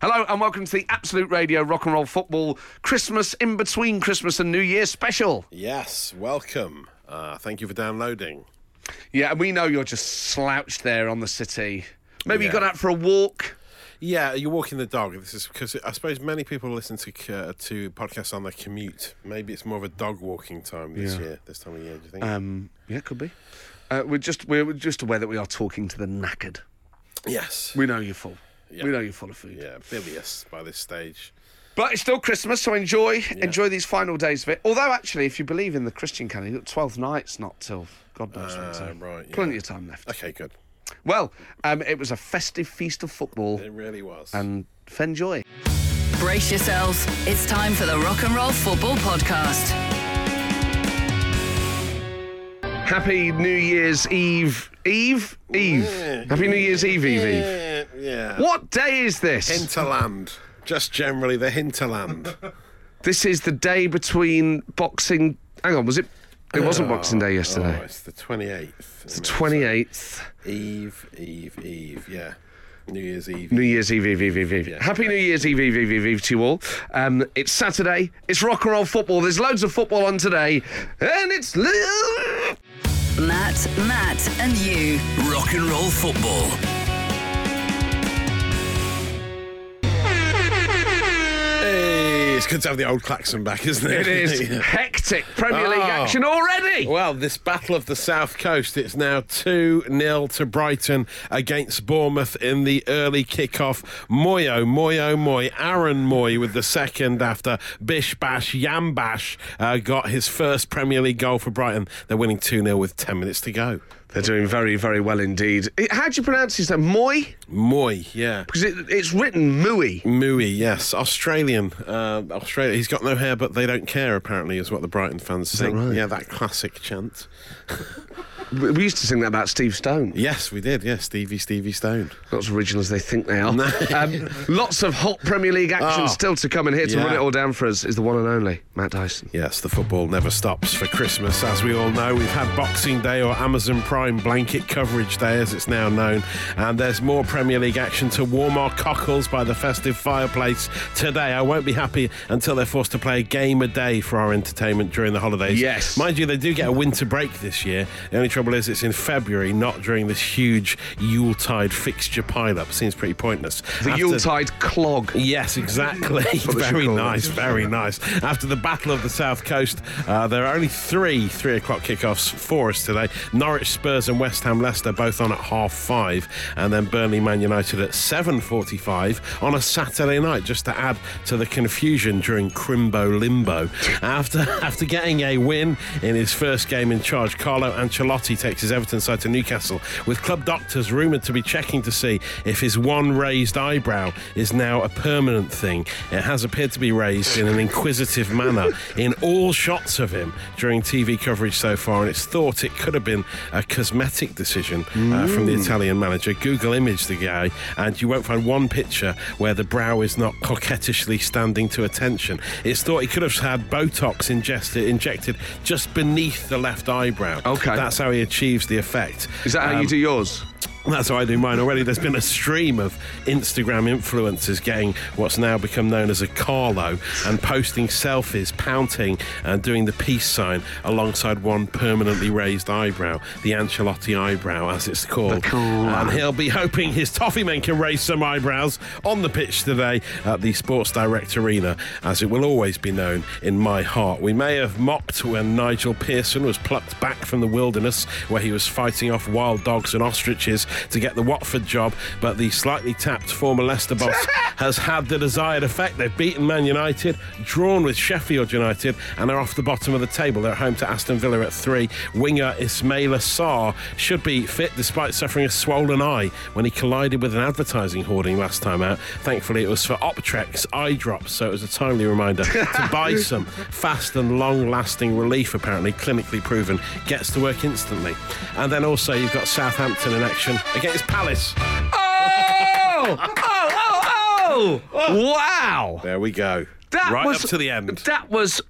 Hello and welcome to the Absolute Radio Rock and Roll Football Christmas in between Christmas and New Year special. Yes, welcome. Uh, thank you for downloading. Yeah, and we know you're just slouched there on the city. Maybe you Yeah. got out for a walk. Yeah, you're walking the dog. This is because I suppose many people listen to uh, to podcasts on their commute. Maybe it's more of a dog walking time this year, this time of year. Do you think? Um, yeah, could be. Uh, we're just we're just aware that we are talking to the knackered. yes. We know you're full. We know you're full of food. yeah, bilious by this stage. But it's still Christmas, so enjoy enjoy these final days of it. Although, actually, if you believe in the Christian calendar, Twelfth Night's not till God knows when. So right, yeah. plenty of time left. Okay, good. Well, um, it was a festive feast of football, It really was. and fenjoy. Brace yourselves. It's time for the Rock and Roll Football Podcast. Happy New Year's Eve, Eve, Eve. Yeah. Happy New Year's Eve, Eve, Eve. yeah, yeah. What day is this? Hinterland. Just generally the hinterland. This is the day between Boxing. Hang on, was it? It wasn't Boxing Day Oh, yesterday. it's the 28th. It's Twenty eighth. Eve, Eve, Eve. Yeah. New Year's Eve. New Year's Eve, Eve, Eve, Eve, Eve. Happy New Year's Eve, Eve, Eve, Eve, Eve to you all. Um, it's Saturday. It's rock and roll football. There's loads of football on today, and it's li- Matt, Matt, and you. Rock and Roll Football. Hey, it's good to have the old klaxon back, isn't it it? is Yeah. hectic Premier League Oh. action already. Well, this battle of the South Coast, it's now 2 0 to Brighton against Bournemouth in the early kickoff. Moyo, Moyo, Moy, Aaron Moy with the second after Bish Bash Yambash uh, got his first Premier League goal for Brighton. They're winning 2 0 with 10 minutes to go. They're doing very, very well indeed. It- How do you pronounce his name? Moy? Moy, yeah. Because it, it's written Mooey. Mooey, yes, Australian, uh, Australia. He's got no hair, but they don't care. Apparently, is what the Brighton fans think. right? Yeah, that classic chant. We we used to sing that about Steve Stone. Yes, we did. Yes, Stevie, Stevie Stone. Not as original as they think they are. um, lots of hot Premier League action Oh. still to come, and here to Yeah. run it all down for us is the one and only Matt Dyson. Yes, the football never stops for Christmas. As we all know, we've had Boxing Day or Amazon Prime blanket coverage day, as it's now known. And there's more Premier League action to warm our cockles by the festive fireplace today. I won't be happy until they're forced to play a game a day for our entertainment during the holidays. Yes. Mind you, they do get a winter break this year. The only trouble is it's in February, not during this huge Yuletide fixture pile-up. Seems pretty pointless. The After- Yuletide clog. Yes, exactly. they should very call it. nice, very nice. After the Battle of the South Coast, uh, there are only three three o'clock kickoffs for us today. Norwich Spurs and West Ham Leicester both on at half five, and then Burnley Man United at seven forty-five on a Saturday night. Just to add to the confusion during Crimbo Limbo. After after getting a win in his first game in charge, Carlo Ancelotti takes his Everton side to Newcastle, with club doctors rumoured to be checking to see if his one raised eyebrow is now a permanent thing. It has appeared to be raised in an inquisitive manner in all shots of him during TV coverage so far, and it's thought it could have been a cosmetic decision uh, Mm. from the Italian manager. Google image the guy, and you won't find one picture where the brow is not coquettishly standing to attention. It's thought he could have had Botox ingested, injected just beneath the left eyebrow. Okay. That's how he achieves the effect. Is that how Um, you do yours? that's how I do mine already. There's been a stream of Instagram influencers getting what's now become known as a Carlo and posting selfies, pouting and doing the peace sign alongside one permanently raised eyebrow, the Ancelotti eyebrow, as it's called. And he'll be hoping his toffee men can raise some eyebrows on the pitch today at the Sports Direct Arena, as it will always be known in my heart. We may have mocked when Nigel Pearson was plucked back from the wilderness where he was fighting off wild dogs and ostriches to get the Watford job, but the slightly tapped former Leicester boss has had the desired effect. They've beaten Man United, drawn with Sheffield United, and are off the bottom of the table. They're at home to Aston Villa at three. Winger Ismaila Sarr should be fit despite suffering a swollen eye when he collided with an advertising hoarding last time out. Thankfully, it was for Optrex eye drops, so it was a timely reminder to buy some fast and long lasting relief, apparently clinically proven, gets to work instantly. And then also, you've got Southampton in action against Palace. Oh! oh! Oh! Oh! Wow! There we go. That right was up to the end. That was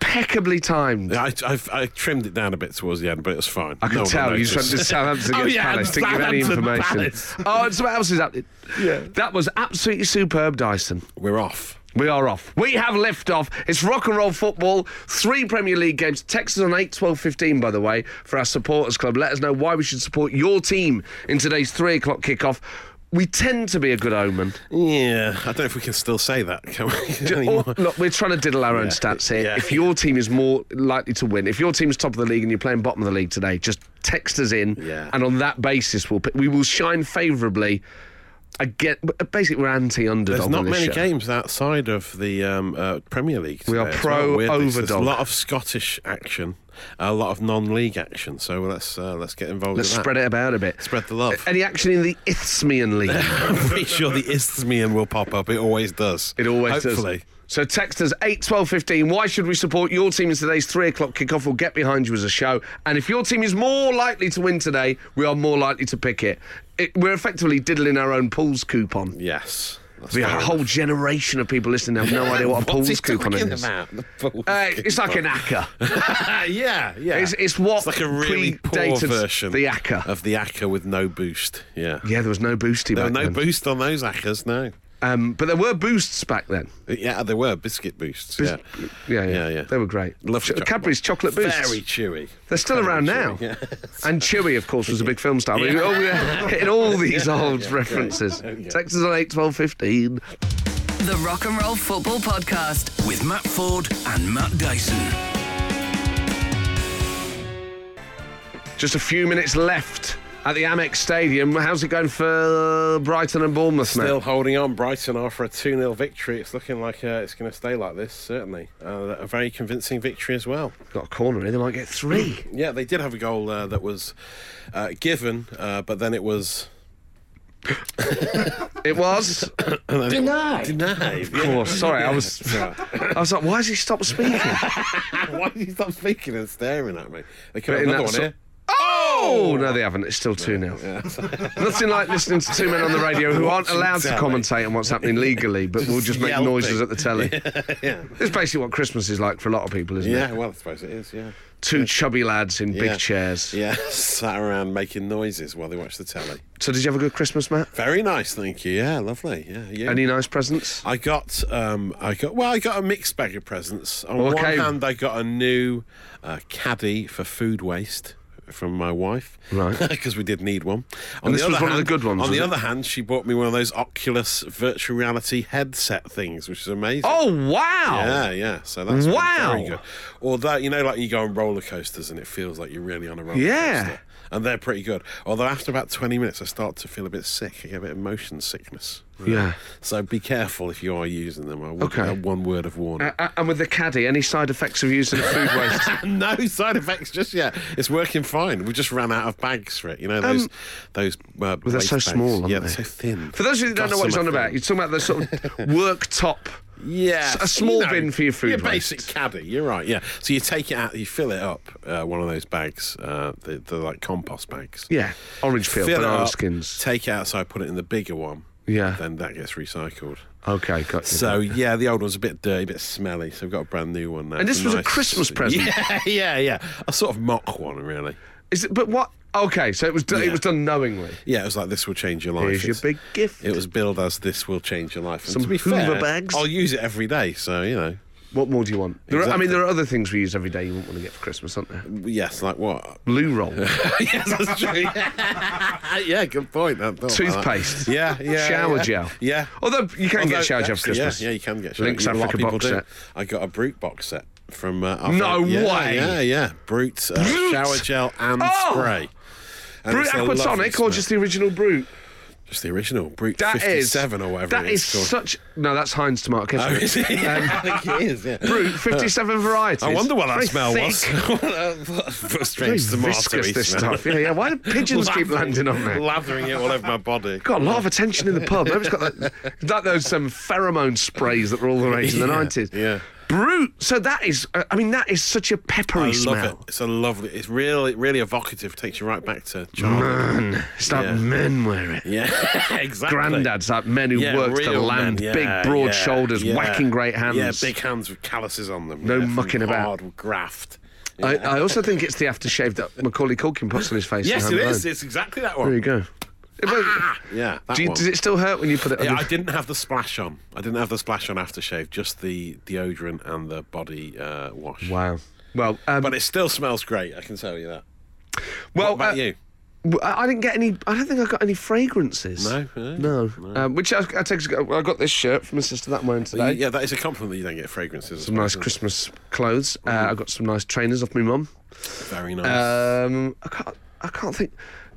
impeccably timed. I, I've, I trimmed it down a bit towards the end, but it was fine. I could No one tell you just went noticed. to Southampton Oh, against yeah, Palace to give any Southampton information. Palace. Oh, and someone else is up. Yeah. That was absolutely superb, Dyson. We're off. We are off. We have liftoff. It's rock and roll football. Three Premier League games. Text us on 8 12 15, by the way, for our supporters club. Let us know why we should support your team in today's three o'clock kickoff. We tend to be a good omen. Yeah, I don't know if we can still say that, can we? Or- anymore? look, we're trying to diddle our own stats here. Yeah. If your team is more likely to win, if your team's top of the league and you're playing bottom of the league today, just text us in, Yeah. and on that basis, we'll pick, we will shine favourably. I get basically we're anti underdog. There's not this many show. games outside of the um, uh, Premier League. We are today as pro well, weirdly. So There's a overdog. lot of Scottish action, a lot of non-league action. So let's uh, let's get involved. Let's in that. spread it about a bit. Spread the love. Any action in the Isthmian League? I'm pretty sure the isthmian will pop up. It always does. It always Hopefully. does. So text us 8 12 15. Why should we support your team in today's 3 o'clock kickoff? We'll get behind you as a show. And if your team is more likely to win today, we are more likely to pick it. it we're effectively diddling our own pools coupon. Yes. That's We fair have a enough. whole generation of people listening have no idea what a What's he pools coupon talking is. about? The pools Uh, it's like an coupon. acca. yeah, yeah. It's- it's what like a really poor predated version the Acker. of the Acker with no boost. Yeah, Yeah, there was no boosty There were back no then. boost on those Ackers. No. um, but there were boosts back then. Yeah, they were biscuit boosts. Bis- yeah. yeah, yeah. Yeah, yeah. They were great. Love Ch- chocolate. Cadbury's chocolate boosts. Very chewy. They're still Very around now. chewy, yeah. And Chewy, of course, was a big film star. We- oh, We're hitting all these old references. Oh, Text us on 8 12 15. The Rock and Roll Football Podcast. With Matt Ford and Matt Dyson. Just a few minutes left at the Amex Stadium. How's it going for Brighton and Bournemouth now? Still holding on. Brighton after a 2 0 victory. It's looking like uh, it's going to stay like this, certainly. Uh, a very convincing victory as well. Got a corner here, they might get three. Yeah, they did have a goal uh, that was uh, given, uh, but then it was It was. denied. Of course. Sorry, I was. I was like, why has he stopped speaking? Why did you stop speaking and staring at me? They could But have in another that one so- here. Oh no, they haven't. It's still two 0 Nothing like listening to two men on the radio who aren't Watching allowed to telly. commentate on what's happening legally, but will just make yelping. noises at the telly. It's basically what Christmas is like for a lot of people, isn't Yeah, it? well, I suppose it is, yeah. Two chubby lads in Yeah. big chairs. Yeah, sat around making noises while they watched the telly. So, did you have a good Christmas, Matt? Very nice, thank you. Yeah, lovely. Yeah, yeah. Any nice presents? I got, um, I got, well, I got a mixed bag of presents. On Okay. one hand, I got a new uh, caddy for food waste from my wife, Right. Because we did need one. On this was one of the good ones, was On the it? other hand, she bought me one of those Oculus virtual reality headset things, which is amazing. Oh wow! Yeah, yeah. So that's been Wow. very good. Although you know, like you go on roller coasters and it feels like you're really on a roller Yeah. coaster. And they're pretty good. Although after about 20 minutes, I start to feel a bit sick. I get a bit of motion sickness. Yeah. So be careful if you are using them. I would Okay. uh, one word of warning. Uh, and with the caddy, any side effects of using food waste? no side effects just yet. It's working fine. We just ran out of bags for it. You know those those. Uh, Um, they're waste so bags. small, aren't yeah, they? are so thin. For those of you who don't know what he's on Gossamer about, thin. you're talking about the sort of work top. Yeah, A small you know, bin for your food Your waste. basic caddy. You're right. Yeah. So you take it out, you fill it up, uh, one of those bags, uh, the, the like compost bags. Yeah, orange peel, Fill it banana up, skins. Take it outside, put it in the bigger one. Yeah. Then that gets recycled. Okay, got you. So yeah, the old one's a bit dirty, a bit smelly. So we've got a brand new one now. And this It's was a Christmas present? Yeah, yeah, yeah. A sort of mock one, really. Is it, but what? Okay, so it was done, it Yeah. was done knowingly. Yeah, it was like this will change your life. Here's your It's- big gift. It was billed as this will change your life. And Some to be Hoover fair, bags. I'll use it every day. So you know, What more do you want? There are, I Exactly. mean, there are other things we use every day you wouldn't want to get for Christmas, aren't there? yes, like what? Blue roll, yes, that's true. Yeah, good point. I thought about that. toothpaste, Yeah, yeah. shower yeah. gel. Yeah. Although you can Although, get shower gel for actually, Christmas. Yeah, yeah, you can get shower Links gel. A lot Africa of people box do. set. I got a Brute box set from. Uh, I've No got- yeah, way. Yeah, yeah. Brute, uh, Brute! shower gel and Oh! spray. And Brute it's a lovely Aquatonic or smell. just the original Brute? Just the original Brute That is 57 or whatever That it is is called. such. No, that's Heinz tomato Oh, ketchup. is it? I think it is. Yeah. Brute, fifty-seven varieties. I wonder what that Very smell thick. was. Very Strange tomato viscous, this stuff. Yeah, yeah. Why do pigeons keep landing on me? Lathering it all over my body. got a lot of attention in the pub. Maybe it's got that, it's like those um, pheromone sprays that were all the rage in the Yeah, nineties. yeah. Brute. So that is, uh, I mean, that is such a peppery I love smell. it. It's a lovely. It's really, really evocative. Takes you right back to childhood. Man, it's that Yeah. men wear it. Yeah, exactly. Granddads, that men who Yeah, work to the real land, men. Yeah, big broad yeah, shoulders, yeah. whacking great hands. Yeah, big hands with calluses on them. No yeah, from mucking about. Hard graft. I, I also think it's the aftershave that Macaulay Culkin puts on his face. in Yes, Home it is. Alone. It's exactly that There you one. go. Yeah, that Do you, one. does it still hurt when you put it on? Yeah, your- I didn't have the splash on. I didn't have the splash on aftershave, just the deodorant and the body uh, wash. Wow. Well, um, But it still smells great, I can tell you that. well, what about uh, you? w- I I didn't get any. I don't think I got any fragrances. No, no, no. Um, which I, I take. I got this shirt from my sister that I'm wearing today. Yeah, that is a compliment that you don't get fragrances. Some nice Christmas clothes. Uh, I got some nice trainers off my mum. Very nice. Um, I can't. I can't think.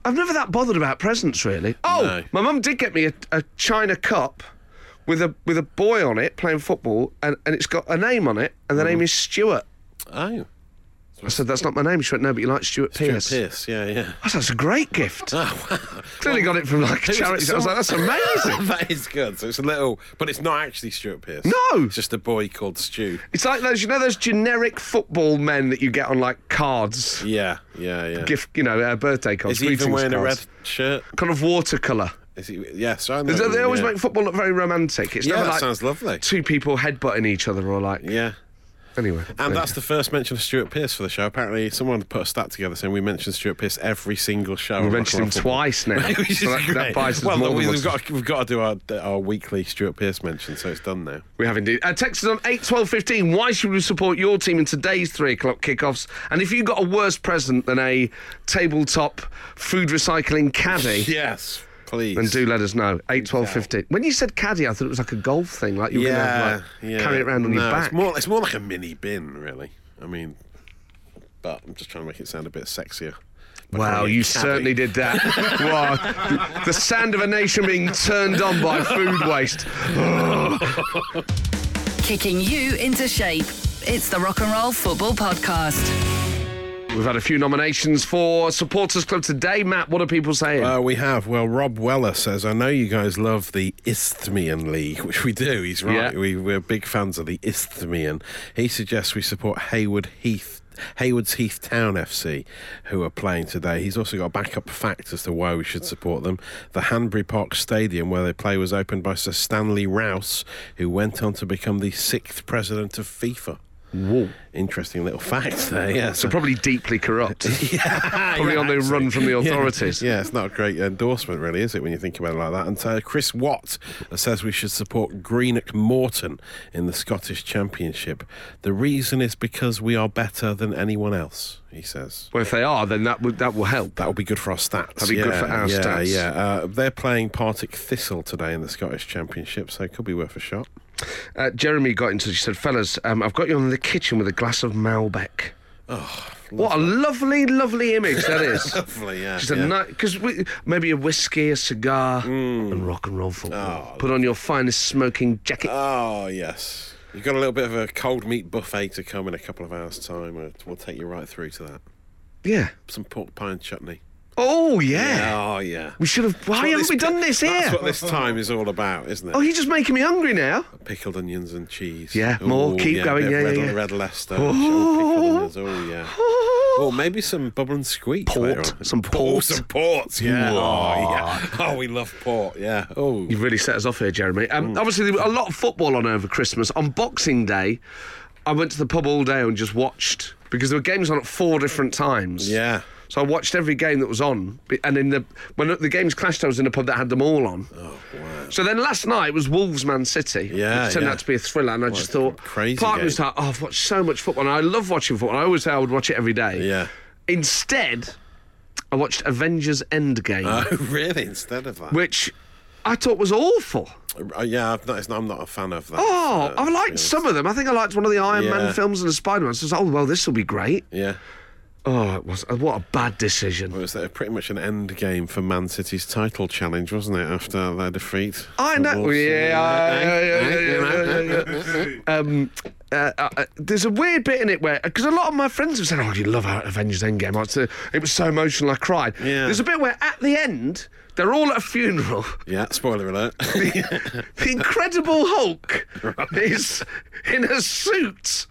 I'm never that bothered about presents, really. Oh, No. my mum did get me a, a china cup with a with a boy on it playing football, and, and it's got a name on it, and the name is Stuart. oh, I said, "That's not my name." She went, "No, but you like Stuart Pearce." Pierce. Pierce. Yeah, yeah. I said, "That's a great gift." Oh, wow. Clearly got it from like a Who's it? charity. I was like, "That's Someone- amazing." that is good. So it's a little, but it's not actually Stuart Pierce. No! it's just a boy called Stu. it's like those, you know, those generic football men that you get on like cards, Yeah, yeah, yeah. gift, you know, uh, birthday cards. is he even greetings wearing a red cards. shirt? kind of watercolor? Is he? Yes, I know. They, they yeah. always make football look very romantic. It's Yeah, never that like sounds lovely. Two people headbutting each other or like Yeah. anyway. And there that's the first mention of Stuart Pearce for the show. Apparently, someone put a stat together saying we mentioned Stuart Pearce every single you show. on go. we mentioned Rock him and Roll twice now. Football. Which is so that, that great. buys us well, more we- than we've what's- got, we've got to do our, our weekly Stuart Pearce mention, so it's done now. We have indeed. Uh, text us on 8 12 15. Why should we support your team in today's three o'clock kickoffs? And if you got a worse present than a tabletop food recycling caddy, Yes, please. then do let us know. 8 12 15. When you said caddy, I thought it was like a golf thing, like you were yeah, going to yeah. carry it around on no, your back. It's more, it's more like a mini bin, really. I mean, but I'm just trying to make it sound a bit sexier. By Wow, calling it you caddy. certainly did that. wow. The sound of a nation being turned on by food waste. Kicking you into shape. It's the Rock and Roll Football Podcast. We've had a few nominations for Supporters Club today. Matt, what are people saying? Uh, we have. Well, Rob Weller says, I know you guys love the Isthmian League, which we do. He's right. Yeah. We, we're big fans of the Isthmian. He suggests we support Hayward Heath. Haywards Heath Town FC, who are playing today. He's also got a backup fact as to why we should support them. The Hanbury Park Stadium, where they play, was opened by Sir Stanley Rouse, who went on to become the sixth president of FIFA. Whoa. Interesting little fact there, yeah. So probably deeply corrupt. probably yeah, on the run from the Yeah. authorities. Yeah, it's not a great endorsement, really, is it, when you think about it like that? And uh, Chris Watt uh, says we should support Greenock Morton in the Scottish Championship. The reason is because we are better than anyone else, he says. Well, if they are, then that would that will help. That would be good for our stats. That'd be good for our yeah, stats. Yeah, uh, they're playing Partick Thistle today in the Scottish Championship, so it could be worth a shot. Uh, Jeremy got in touch. He said, "Fellas, um, I've got you in the kitchen with a glass of Malbec." Oh, what a lovely, lovely image that is. Lovely, yeah, Just a yeah. Mm. because maybe a whiskey, a cigar, and rock and roll football. Put on your finest smoking jacket. Oh, yes. You've got a little bit of a cold meat buffet to come in a couple of hours' time. We'll- We'll take you right through to that. yeah. Some pork pie and chutney. Oh yeah. Oh, yeah. We should have. Why what haven't this we done bit- this That's here? what this time is all about, isn't it? Oh, you're just making me hungry now. Pickled onions and cheese. Yeah, more. Keep yeah, going, bit of yeah, red, yeah, yeah. Red Leicester. Oh, pickled onions. Oh, yeah. Oh, maybe some bubble and squeak. Port. later on. Some Oh, port. ah. some port. Yeah. Oh, yeah. Oh, we love port. Yeah. Oh. You've really set us off here, Jeremy. Mm. Um, Obviously, there were a lot of football on over Christmas. On Boxing Day, I went to the pub all day and just watched because there were games on at four different times. Yeah. So I watched every game that was on, b- and in the when the games clashed, I was in a pub that had them all on. Oh, wow. So then last night was Wolves Man City. Yeah, It turned yeah. out to be a thriller, and I just thought, crazy part of me was game. like, oh, I've watched so much football, and I love watching football. I always say I would watch it every day. Yeah. Instead, I watched Avengers Endgame, Oh, really? Instead of that? which I thought was awful. Uh, yeah, I've not, it's not, I'm not a fan of that. Oh, uh, I liked yeah. some of them. I think I liked one of the Iron Yeah. Man films and the Spider Man. So I was like, oh, well, this will be great. Yeah. Oh, it was. What a bad Well, decision. it was uh, pretty much an end game for Man City's title challenge, wasn't it, after their defeat? I to know. Wolves? Yeah, Eh, I- eh, yeah, eh, yeah, eh, eh, yeah, yeah, yeah. Um, uh, uh, uh, there's a weird bit in it where, because a lot of my friends have said, uh, "Oh, you love Avengers Endgame." I said, it was so emotional, I cried. Yeah. There's a bit where at the end They're all at a funeral. Yeah, spoiler alert. The Incredible Hulk is in a suit,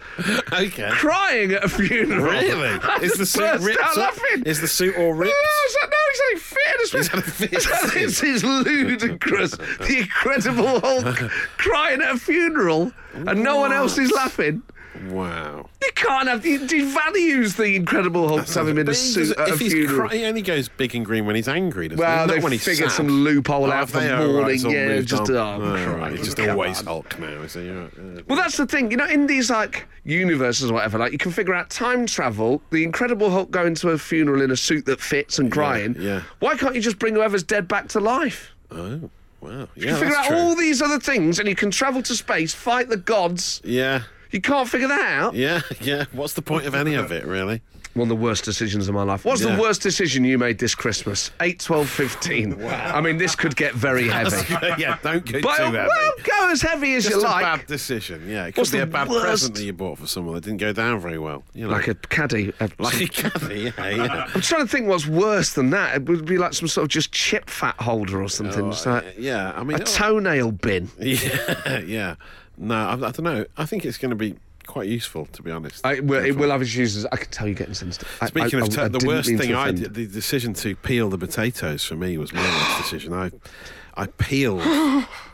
okay. crying at a funeral. Really? I Is just the suit burst ripped out up? laughing. Is the suit all ripped? No, it's not- no, he's only fit. It's He's had a fit. This is ludicrous. The Incredible Hulk crying at a funeral, and no one else is laughing. Wow. You can't have. He devalues the Incredible Hulk to have him in a But he suit doesn't- at a if he's funeral. cry, he only goes big and green when he's angry. Doesn't Well, he? Not they when he's figured sad. some loophole out have for they? Oh, mourning, it's all yeah, moved just, on. oh, Oh, Christ, right. He's just come always on. Hulk now. Is he? Right, uh, yeah. Well, that's the thing, you know, in these like universes or whatever, like you can figure out time travel, the Incredible Hulk going to a funeral in a suit that fits and crying. yeah. Why can't you just bring whoever's dead back to life? Oh, wow. Yeah, You figure that's out true. all these other things, and you can travel to space, fight the gods. Yeah, You can't figure that out. yeah, yeah. What's the point of any of it, really? One of the worst decisions of my life. What's Yeah. the worst decision you made this Christmas? 8, 12, 15. I mean, this could get very heavy. yeah, don't go But too uh, heavy. well, go as heavy as Just you a like. bad decision. Yeah, it could What's be the a bad worst? present that you bought for someone that didn't go down very well. You know, Like a caddy. a- like a caddy. Yeah, yeah. I'm trying to think what's worse than that. It would be like some sort of just chip fat holder or something. Just like Oh, yeah, I mean, a oh, toenail bin. yeah, yeah. No, I, I don't know. I think it's going to be quite useful, to be honest. I, well, it will have its uses. I can tell you getting sensitive. I- Speaking I- of I- I ta- the didn't worst mean to thing I offend. did, the decision to peel the potatoes for me was my worst decision. I, I peeled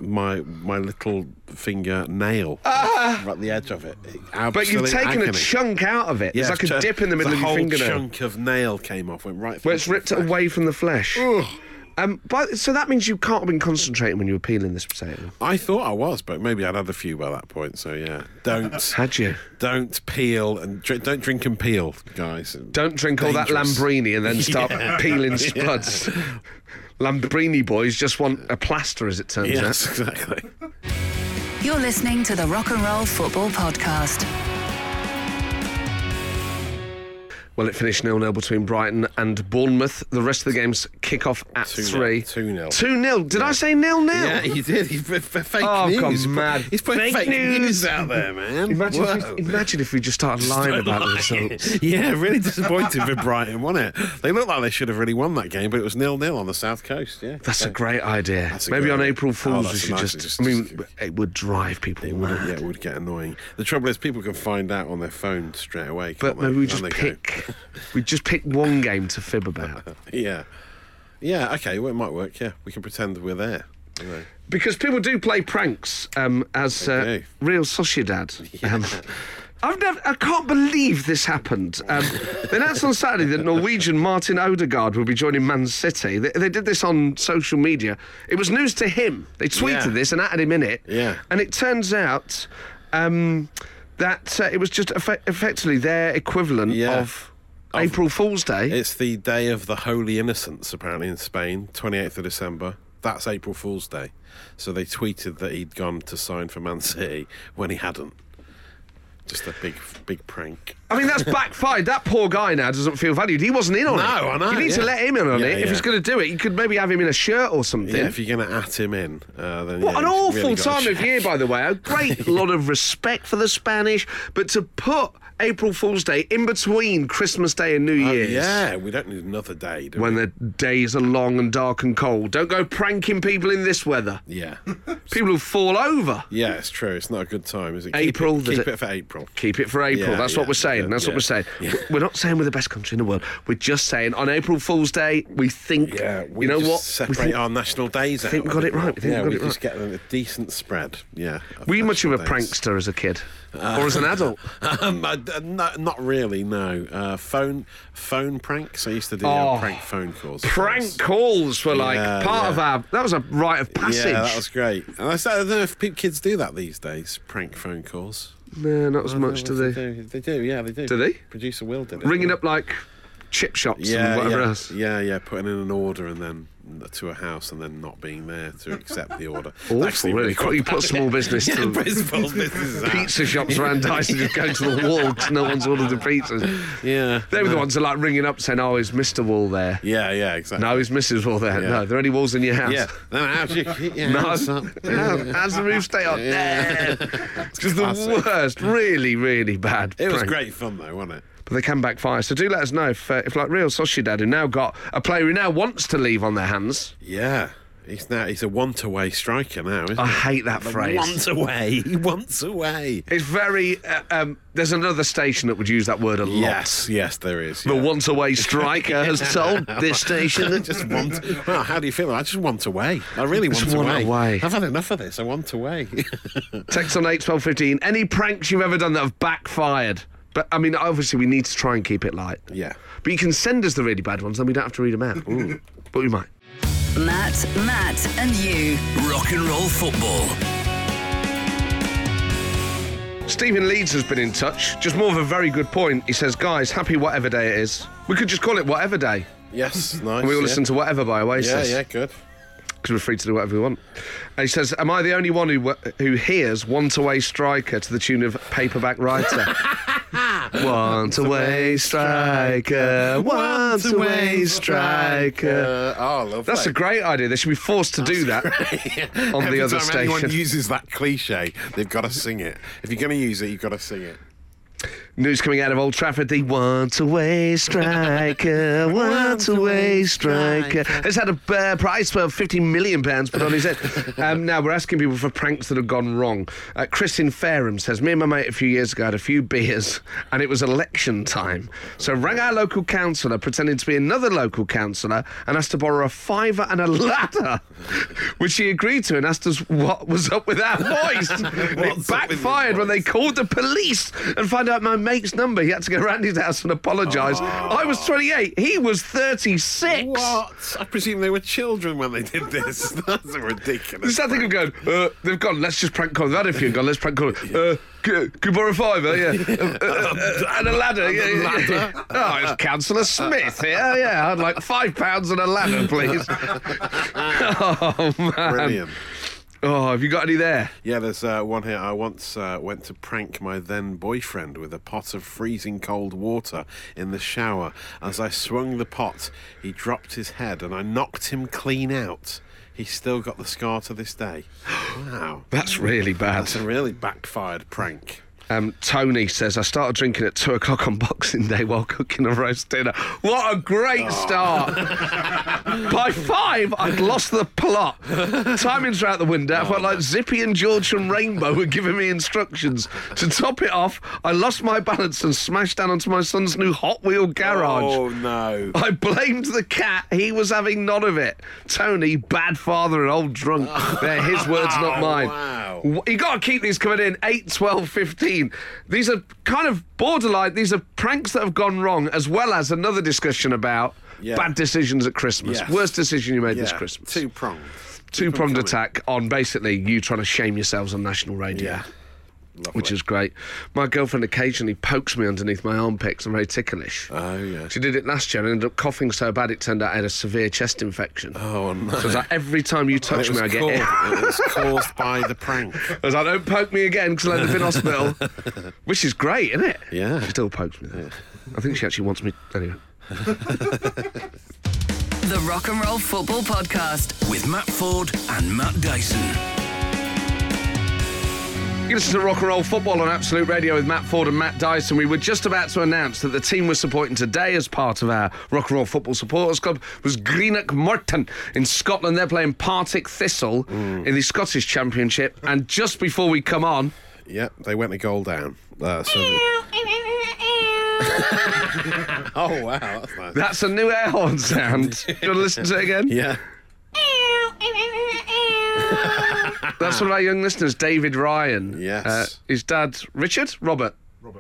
my my little finger nail at the edge of it. Ah! But you've Absolute taken a agony. chunk out of it. Yeah, There's like a ch- dip in the middle of your whole fingernail. chunk of nail came off, went right. Where through it's to the ripped flesh. away from the flesh. Um, but, so that means you can't have been concentrating when you were peeling this potato. I thought I was, but maybe I'd had a few by that point. So yeah, don't Had you? don't peel and dr- don't drink and peel, guys. Don't drink all that Dangerous. Lambrini and then start peeling spuds. Lambrini boys just want a plaster, as it turns Yes, out. exactly. You're listening to the Rock and Roll Football Podcast. Well, it finished nil-nil between Brighton and Bournemouth. The rest of the games kick off at 2-0, 3. 2-0. 2-0. Did I say nil-nil? Yeah, he did. He's f- f- fake Oh, I've news. gone He's put- mad. He's putting Fake fake, news. news. out there, man. Imagine Whoa. if, we, imagine if we just started lying about the results. yeah, really disappointed for Brighton, wasn't it? They looked like they should have really won that game, but it was nil nil on the south coast. Yeah, That's a great idea. That's a Maybe great on idea. April Oh, Fools, we that's should nice. just, Just- I mean, just- it would drive people Well, mad. yeah, it would get annoying. The trouble is, people can find out on their phone straight away. But can't maybe they? we And just they go, pick, we just pick one game to fib about Yeah, yeah. Okay, well, it might work. Yeah, we can pretend that we're there. you know. because people do play pranks um, as uh, do. real sociedad. Um, I've never, I can't believe this happened. Um, they announced on Saturday that Norwegian Martin Odegaard will be joining Man City. They, they did this on social media. It was news to him. They tweeted Yeah. this and added him in it. Yeah. And it turns out um, that uh, it was just effe- effectively their equivalent Yeah. of, April Fool's Day. It's the day of the Holy Innocents, apparently in Spain, 28th of December. That's April Fool's Day. So they tweeted that he'd gone to sign for Man City when he hadn't. Just a big, big prank. I mean, that's backfired. That poor guy now doesn't feel valued. He wasn't in on No, it. I know, You need to yeah. let him in on Yeah, it. If yeah. he's going to do it, you could maybe have him in a shirt or something. Yeah, if you're going to at him in, uh, then what yeah, an you've awful really gotta time of check. year, by the way. A great lot of respect for the Spanish, but to put April Fool's Day in between Christmas Day and New Oh, Year's. yeah, we don't need another day, do When we? the days are long and dark and cold. Don't go pranking people in this weather. Yeah. People will fall over. yeah, it's true. It's not a good time, is it? Keep April, It, does keep it- it for April. Keep it for April. Yeah, That's yeah, what we're saying. yeah, That's what yeah. we're saying. Yeah. W- We're not saying we're the best country in the world. We're just saying on April Fool's Day, we think, Yeah, we you know just what? separate we, think, our national days out. think we got it right. We think we yeah, got we it just get a decent spread. Yeah. were you much of a national days. prankster as a kid Uh, or as an adult? Um, I, uh, no, not really. No uh, phone phone pranks. I used to do Oh. uh, prank phone calls. of course. Prank calls were like Yeah, part yeah. of our. That was a rite of passage. Yeah, that was great. And I, said- I don't know if pe- kids do that these days. Prank phone calls. no, not as much to they the do. They do. Yeah, they do. Do they? Producer Will did it. ringing up like chip shops Yeah, and whatever yeah, else. yeah, yeah. Putting in an order and then to a house and then not being there to accept the order. Awful, really. Quite- you put small business yeah, to- principal's business is out. Pizza shops around Dyson just going to the wall 'cause no one's ordered the pizzas. Yeah, They were the ones that like ringing up saying, "Oh, is Mister Wall there?" Yeah, yeah, exactly. No, his missus will there. Yeah. No, are there any walls in your house? Yeah. Then how'd you keep your No. house up? No. How's the roof stay on? Yeah. It's just the Classic. worst. Really, really bad. It was prank. great fun though, wasn't it? but they can backfire. So do let us know if, uh, if like Real Sociedad, who now got a player who now wants to leave on their hands. Yeah. He's now he's a want away striker now, isn't I he? hate that phrase. Want away. He wants away. It's very. Uh, um, there's another station that would use that word a lot. Yes, yes, there is. The yeah. once away striker has sold this station. I just want. Well, how do you feel? I just want away. I really want, Just want away. I've had enough of this. I want away. Text on eight twelve fifteen. Any pranks you've ever done that have backfired? But I mean, obviously, we need to try and keep it light. yeah. But you can send us the really bad ones, then we don't have to read them out. but we might. Matt, Matt, and you. Rock and roll football. Stephen Leeds has been in touch. Just more of a very good point. He says, "Guys, happy whatever day it is. We could just call it whatever day, Yes. Nice. and we all yeah. listen to whatever by Yeah. Oasis Yeah. Good. because we're free to do whatever we want." And he says, "Am I the only one who w- who hears Want Away Striker to the tune of Paperback Writer?" Want away striker, want away striker. Oh, lovely. That's a great idea. They should be forced to do that on Every the other time anyone station. uses that cliche, they've got to sing it. If you're going to use it, you've got to sing it. News coming out of Old Trafford: the once-away striker, once-away striker has had a uh, price of fifty million pounds put on his head. Um, now we're asking people for pranks that have gone wrong. Uh, Chris in Fareham says, "Me and my mate a few years ago had a few beers, and it was election time. So rang our local councillor, pretending to be another local councillor, and asked to borrow a fiver and a ladder, which he agreed to, and asked us what was up with our voice. And it What's up with your backfired when they called the police and found out my mate's number. He had to go round his house and apologise. I was 28. He was 36. What? I presume they were children when they did this. That's ridiculous. There's that thing of going, uh, they've gone, let's just prank call. They've had a few gone, let's prank call. Uh, c- could you borrow a fiver? Yeah. Uh, uh, uh, and a ladder. Yeah, yeah, yeah. Oh, it's Councillor Smith here. Yeah, I'd like five pounds and a ladder, please. oh, man. Brilliant. Oh, have you got any there? Yeah, there's uh, one here. I once uh, went to prank my then boyfriend with a pot of freezing cold water in the shower. As I swung the pot, he dropped his head and I knocked him clean out. He's still got the scar to this day. Wow. That's really bad. That's a really backfired prank. Um, Tony says, I started drinking at two o'clock on Boxing Day while cooking a roast dinner. What a great start! By five, I'd lost the plot. Timings were out the window. I felt like Zippy and George from Rainbow were giving me instructions. To top it off, I lost my balance and smashed down onto my son's new Hot Wheel garage. Oh, no. I blamed the cat. He was having none of it. Tony, bad father and old drunk. They're his words, not mine. Wow. W- You got to keep these coming in. 8, 12, 15. These are kind of borderline. These are pranks that have gone wrong, as well as another discussion about Yeah. bad decisions at Christmas. Yes. Worst decision you made this Yeah, Christmas. Two pronged. Two pronged coming. attack on basically you trying to shame yourselves on national radio. Yeah. Lovely. Which is great. My girlfriend occasionally pokes me underneath my armpits. I'm very ticklish. Oh, yeah. She did it last year and ended up coughing so bad it turned out I had a severe chest infection. Oh, no. So it's like every time you touch It was me, I get caused- it. I it was caused by the prank. was like, don't poke me again because I'll end up in hospital. Which is great, isn't it? Yeah. She still pokes me. Though. I think she actually wants me. Anyway. The Rock and Roll Football Podcast. With Matt Ford and Matt Dyson. You listen to Rock and Roll Football on Absolute Radio with Matt Ford and Matt Dyson. We were just about to announce that the team we're supporting today as part of our Rock and Roll Football Supporters Club was Greenock Morton in Scotland. They're playing Partick Thistle Mm. in the Scottish Championship. And just before we come on, Yep, they went a goal down. Uh, so oh, wow. That's nice. That's a new air horn sound. Do you want to listen to it again? yeah. That's one of our young listeners, David Ryan. Uh, Yes. his dad, Richard? Robert?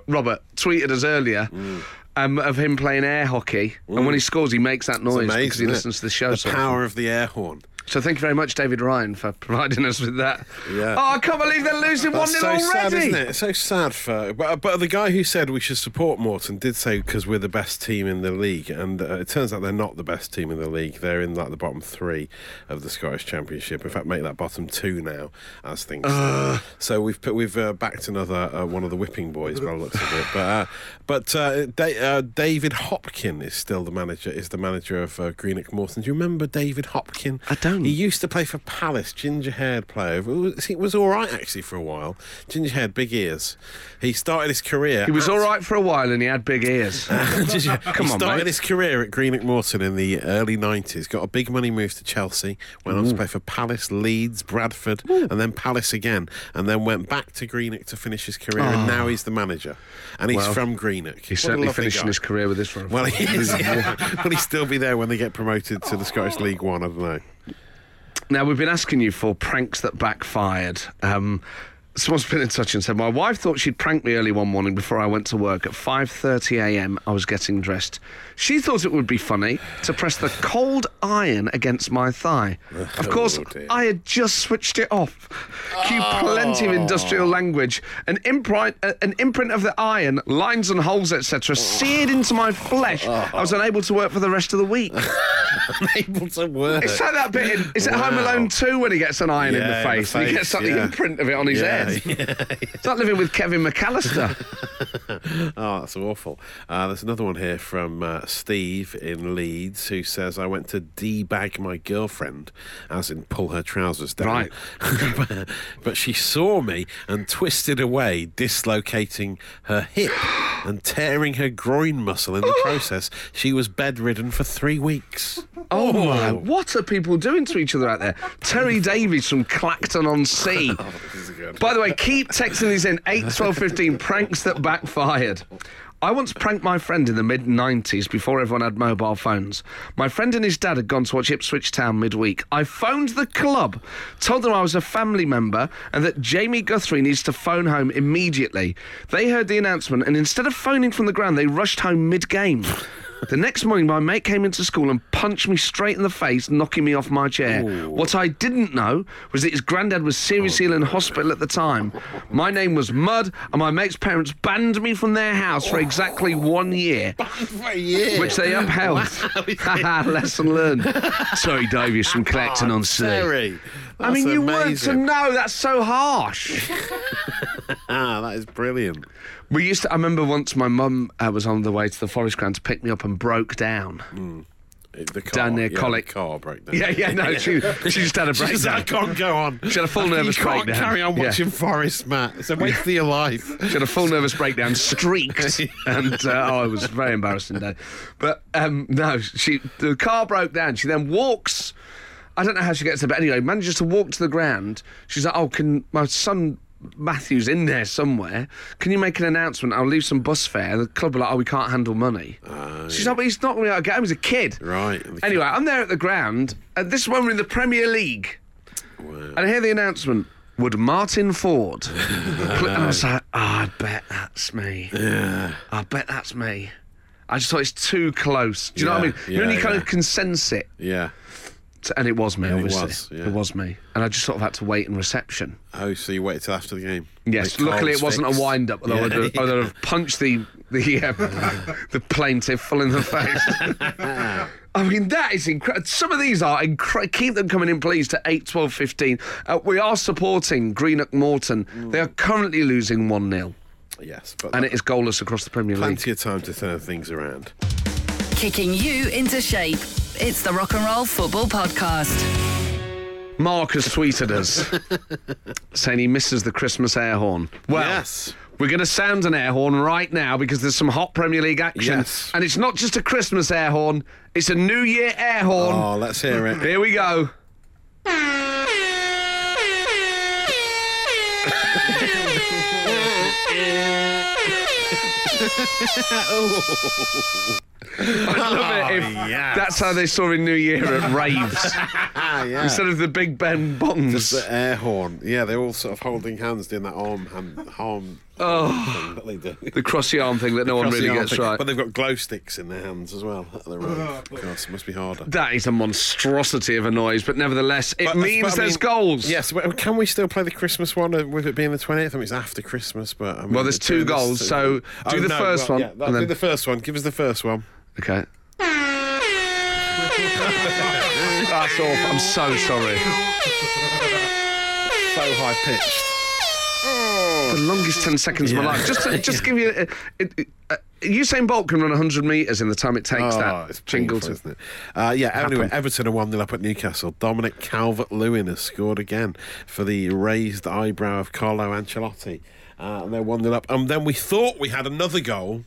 Robert. tweeted us earlier Mm. um, of him playing air hockey. And when he scores, he makes that noise Amazing, because he isn't it? listens to the show. The so, power of the air horn. so thank you very much, David Ryan, for providing us with that. Yeah. Oh, I can't believe they're losing 1 That's 0 so already. sad, isn't it? It's so sad for. But, but the guy who said we should support Morton did say because we're the best team in the league, and uh, it turns out they're not the best team in the league. They're in like the bottom three of the Scottish Championship. In fact, make that bottom two now as things. stand. So we've put, we've uh, backed another uh, one of the whipping boys by the looks of it. But uh, but uh, da- uh, David Hopkin is still the manager. Is the manager of uh, Greenock Morton. Do you remember David Hopkin? I don't known. He used to play for Palace, ginger haired player. It was, he was all right, actually, for a while. Ginger haired, big ears. He started his career. He was at- all right for a while and he had big ears. Did you- Come he on, started mate. his career at Greenock Morton in the early 90s, got a big money move to Chelsea, went on to Mm. play for Palace, Leeds, Bradford, and then Palace again, and then went back to Greenock to finish his career, and now he's the manager. And he's from Greenock. Ah. He's certainly finishing his career with this one. Well, he is. yeah. Will he still be there when they get promoted to the Scottish Oh. League One? I don't know. Now, we've been asking you for pranks that backfired. Um, someone's been in touch and said, my wife thought she'd pranked me early one morning before I went to work. At 5.30am, I was getting dressed. She thought it would be funny to press the cold iron against my thigh. Of course, Oh, dear. I had just switched it off. Cue plenty of industrial Oh. language. An imprint, uh, an imprint of the iron, lines and holes, etc., Oh. seared into my flesh. I was unable to work for the rest of the week. Unable to work. It's like that bit in. Is it Home Wow. Alone 2 when he gets an iron in Yeah, the face? and he gets like, the yeah. imprint of it on his Yeah, head. It's like living with Kevin McAllister. Oh, that's awful. Uh, there's another one here from uh, Steve in Leeds who says, I went to debag my girlfriend, as in pull her trousers down. Right. but she saw me and twisted away, dislocating her hip and tearing her groin muscle in the process. She was bedridden for three weeks. Oh, my. What are people doing to each other out there? Terry Davies from Clacton on Sea. By the way, keep texting these in. 8, 12, 15 pranks that backfired. I once pranked my friend in the mid 90s before everyone had mobile phones. My friend and his dad had gone to watch Ipswich Town midweek. I phoned the club, told them I was a family member and that Jamie Guthrie needs to phone home immediately. They heard the announcement and instead of phoning from the ground, they rushed home mid game. The next morning, my mate came into school and punched me straight in the face, knocking me off my chair. What I didn't know was that his granddad was seriously Oh, ill in hospital at the time. My name was Mud, and my mate's parents banned me from their house for exactly one year, For a year. which they upheld. Lesson learned. Sorry, Davies from Collecting on Sea. Terry. I mean, Oh, that's you weren't to amazing. know. That's so harsh. Ah, that is brilliant. We used to. I remember once my mum uh, was on the way to the forest ground to pick me up and broke down. The car, Down near yeah, Colic. The car broke down. Yeah, yeah, no, she, she just had a breakdown. She said, I can't go on. She had a full You nervous can't breakdown. carry on Yeah. watching Forest, Matt. It's a waste of your life. She had a full nervous breakdown, streaked, and uh, oh, it was a very embarrassing day. But um, no, she the car broke down. She then walks. I don't know how she gets there, but anyway, manages to walk to the ground. She's like, "Oh, can my son Matthew's in there somewhere? Can you make an announcement? I'll leave some bus fare." And the club are like, "Oh, we can't handle money." She's like, "But he's not going to be able to get him. He's a kid." Right. The Anyway, I'm there at the ground. At this one, we're in the Premier League. And I hear the announcement. Would Martin Ford? and I was like, "Oh, I bet that's me. I bet that's me. I just thought it's too close. Do you know what I Yeah, mean? you know, yeah, you kind yeah. of can sense it. Yeah. And it was me, it obviously. was, yeah. It was me. And I just sort of had to wait in reception. Oh, so you waited till after the game? Yes, The car luckily was it wasn't fixed. a wind up, although I'd have, I'd have punched the the, um, the plaintiff full in the face. I mean, that is incredible. Some of these are incredible. Keep them coming in, please, to 8, 12, 15. Uh, we are supporting Greenock Morton. They are currently losing 1 0, Yes, but and it is goalless across the Premier League. plenty of time to turn things around. Mm. Kicking you into shape. It's the Rock and Roll Football Podcast. Mark has tweeted us saying he misses the Christmas air horn. Well, Yes. we're going to sound an air horn right now because there's some hot Premier League action. Yes. And it's not just a Christmas air horn, it's a New Year air horn. Oh, let's hear it. Here we go. I love it if yes. that's how they saw in New Year at raves. Ah, yeah. Instead of the Big Ben bongs. the air horn. Yeah, they're all sort of holding hands doing that arm hand harm oh. thing that they do. The crossy arm thing that no one Crossing really arm gets thing. right. Oh, But they've got glow sticks in their hands as well. at the rave. Of course, it must be harder. That is a monstrosity of a noise, but nevertheless, it But- but means I there's mean, goals. Yes, well, can we still play the Christmas one uh, with it being the 28th? I mean, it's after Christmas, but. I mean, Well, there's we're two doing goals, this to- Oh, so do the first one, Yeah, and I'll do then- the first one. Give us the first one. Okay. That's awful. I'm so sorry. So high pitched. The longest 10 seconds of my Yeah. life. Just to, just give you. A, it, it, uh, Usain Bolt can run 100 metres in the time it takes that. Oh, Ah, it's painful, Singleton. isn't it? Uh, yeah, anyway, Happened. Everton are 1 0 up at Newcastle. Dominic Calvert Lewin has scored again for the raised eyebrow of Carlo Ancelotti. Uh, and they're 1 0 up. And then we thought we had another goal.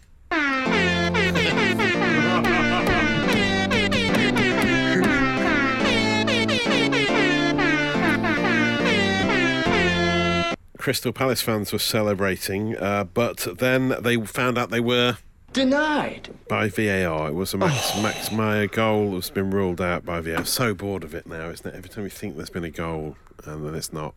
Crystal Palace fans were celebrating, uh, but then they found out they were Denied. by VAR. It was a Max, Oh. Max Meyer goal that's been ruled out by VAR. So bored of it now, isn't it? Every time you think there's been a goal and then it's not,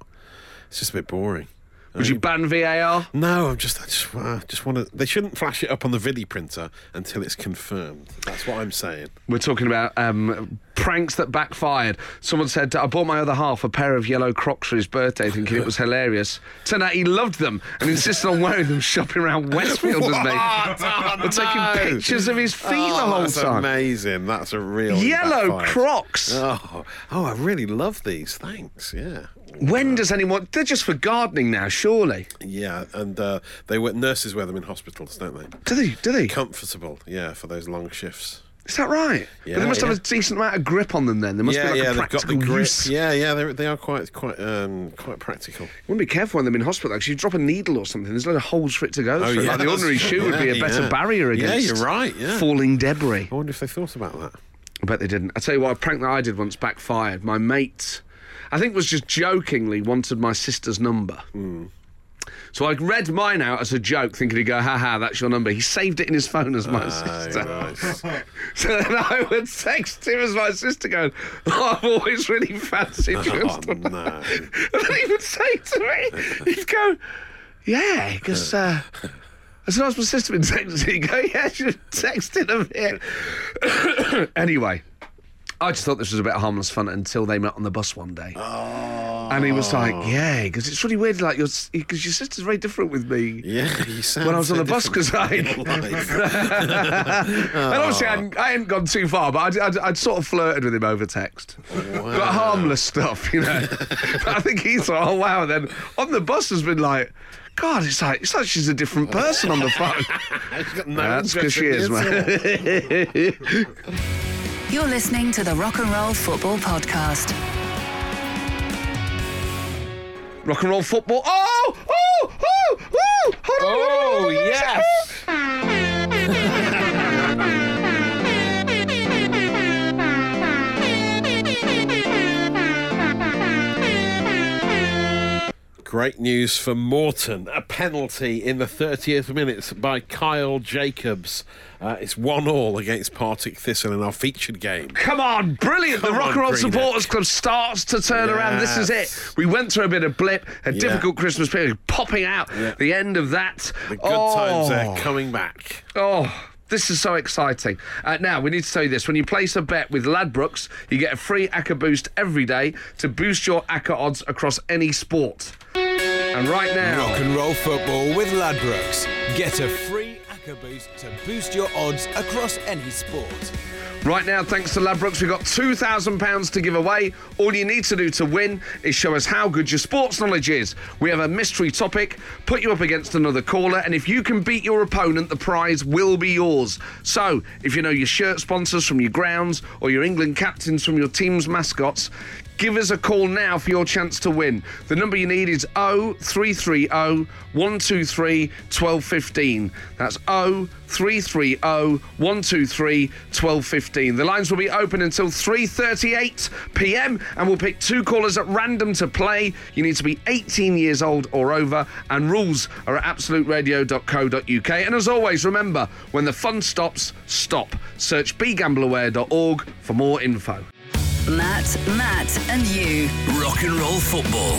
it's just a bit boring. Would you ban VAR? No, I'm just, I just, I just want to. They shouldn't flash it up on the Vidi printer until it's confirmed. That's what I'm saying. We're talking about um, pranks that backfired. Someone said, I bought my other half a pair of yellow crocs for his birthday, thinking it was hilarious. Turned out he loved them and insisted on wearing them shopping around Westfield with me. What? Oh, We're no. taking pictures of his feet the Oh, whole that's time. amazing. That's a real Yellow backfire. Crocs. Oh, oh, I really love these. Thanks. Yeah. When does anyone. They're just for gardening now, surely. Yeah, and uh, they wear nurses wear them in hospitals, don't they? Do they? Do they? Comfortable, yeah, for those long shifts. Is that right? Yeah, but they must have yeah. a decent amount of grip on them then. They must yeah, be like yeah, a they've got practical the grip. use. Yeah, yeah, they're, they are quite, quite, um, quite practical. Wouldn't be careful when they're in hospital because you drop a needle or something. There's a lot of holes for it to go through. yeah, like the that's- ordinary shoe would be a Oh, yeah, better yeah. barrier Yeah, against. you're right, yeah. Falling debris. I wonder if they thought about that. I bet they didn't. I tell you what, a prank that I did once backfired. My mate, I think, was just jokingly wanted my sister's number. Hmm. So I read mine out as a joke, thinking he'd go, "Ha ha, that's your number." He saved it in his phone as my sister. Oh, Ah, right. So then I would text him as my sister going, oh, I've always really fancied you. and Oh, stuff." no. and then he would say to me, he'd go, yeah, because uh, I said, how's my sister been texting? He'd go, yeah, she's texted a bit. anyway, I just thought this was a bit of harmless fun until they met on the bus one day. And he was like, yeah, because it's really weird, like, because your, 'cause your sister's very different with me. yeah, you sound When I was so on the bus, different 'cause I- in life. And obviously, I hadn't, I hadn't gone too far, but I'd, I'd, I'd sort of flirted with him over text. But harmless stuff, you know. but I think he thought, oh, wow. And then on the bus has been like, God, it's like, it's like she's a different person on the phone. I've got no That's because interest she in is, this. man. You're listening to the Rock and Roll Football Podcast. Rock and roll football. Oh, oh, oh, oh. Hold on, hold on, hold on, hold on, hold on a second. Great news for Morton. A penalty in the 30th minute by Kyle Jacobs. Uh, it's 1 all against Partick Thistle in our featured game. Come on, brilliant. Come the Rock on, and Roll Greenock. Supporters Club starts to turn around. This is it. Yes. We went through a bit of blip, a Yeah. difficult Christmas period, popping out. Yeah. The end of that. The good oh, times eh? are coming back. Oh. This is so exciting. Uh, now, we need to tell you this. When you place a bet with Ladbrokes, you get a free ACCA boost every day to boost your ACCA odds across any sport. And right now, Rock and roll football with Ladbrokes. Get a free Acca boost to boost your odds across any sport. Right now, thanks to Ladbrokes, we've got £2,000 to give away. All you need to do to win is show us how good your sports knowledge is. We have a mystery topic, put you up against another caller, and if you can beat your opponent, the prize will be yours. So, if you know your shirt sponsors from your grounds or your England captains from your team's mascots, give us a call now for your chance to win. The number you need is 0330 123 1215. That's 0330 123 1215. The lines will be open until 3:38 p.m. and we'll pick two callers at random to play. You need to be 18 years old or over and rules are at absoluteradio.co.uk. And as always, remember, when the fun stops, stop. Search begambleaware.org for more info. Matt, Matt, and you. Rock and roll football.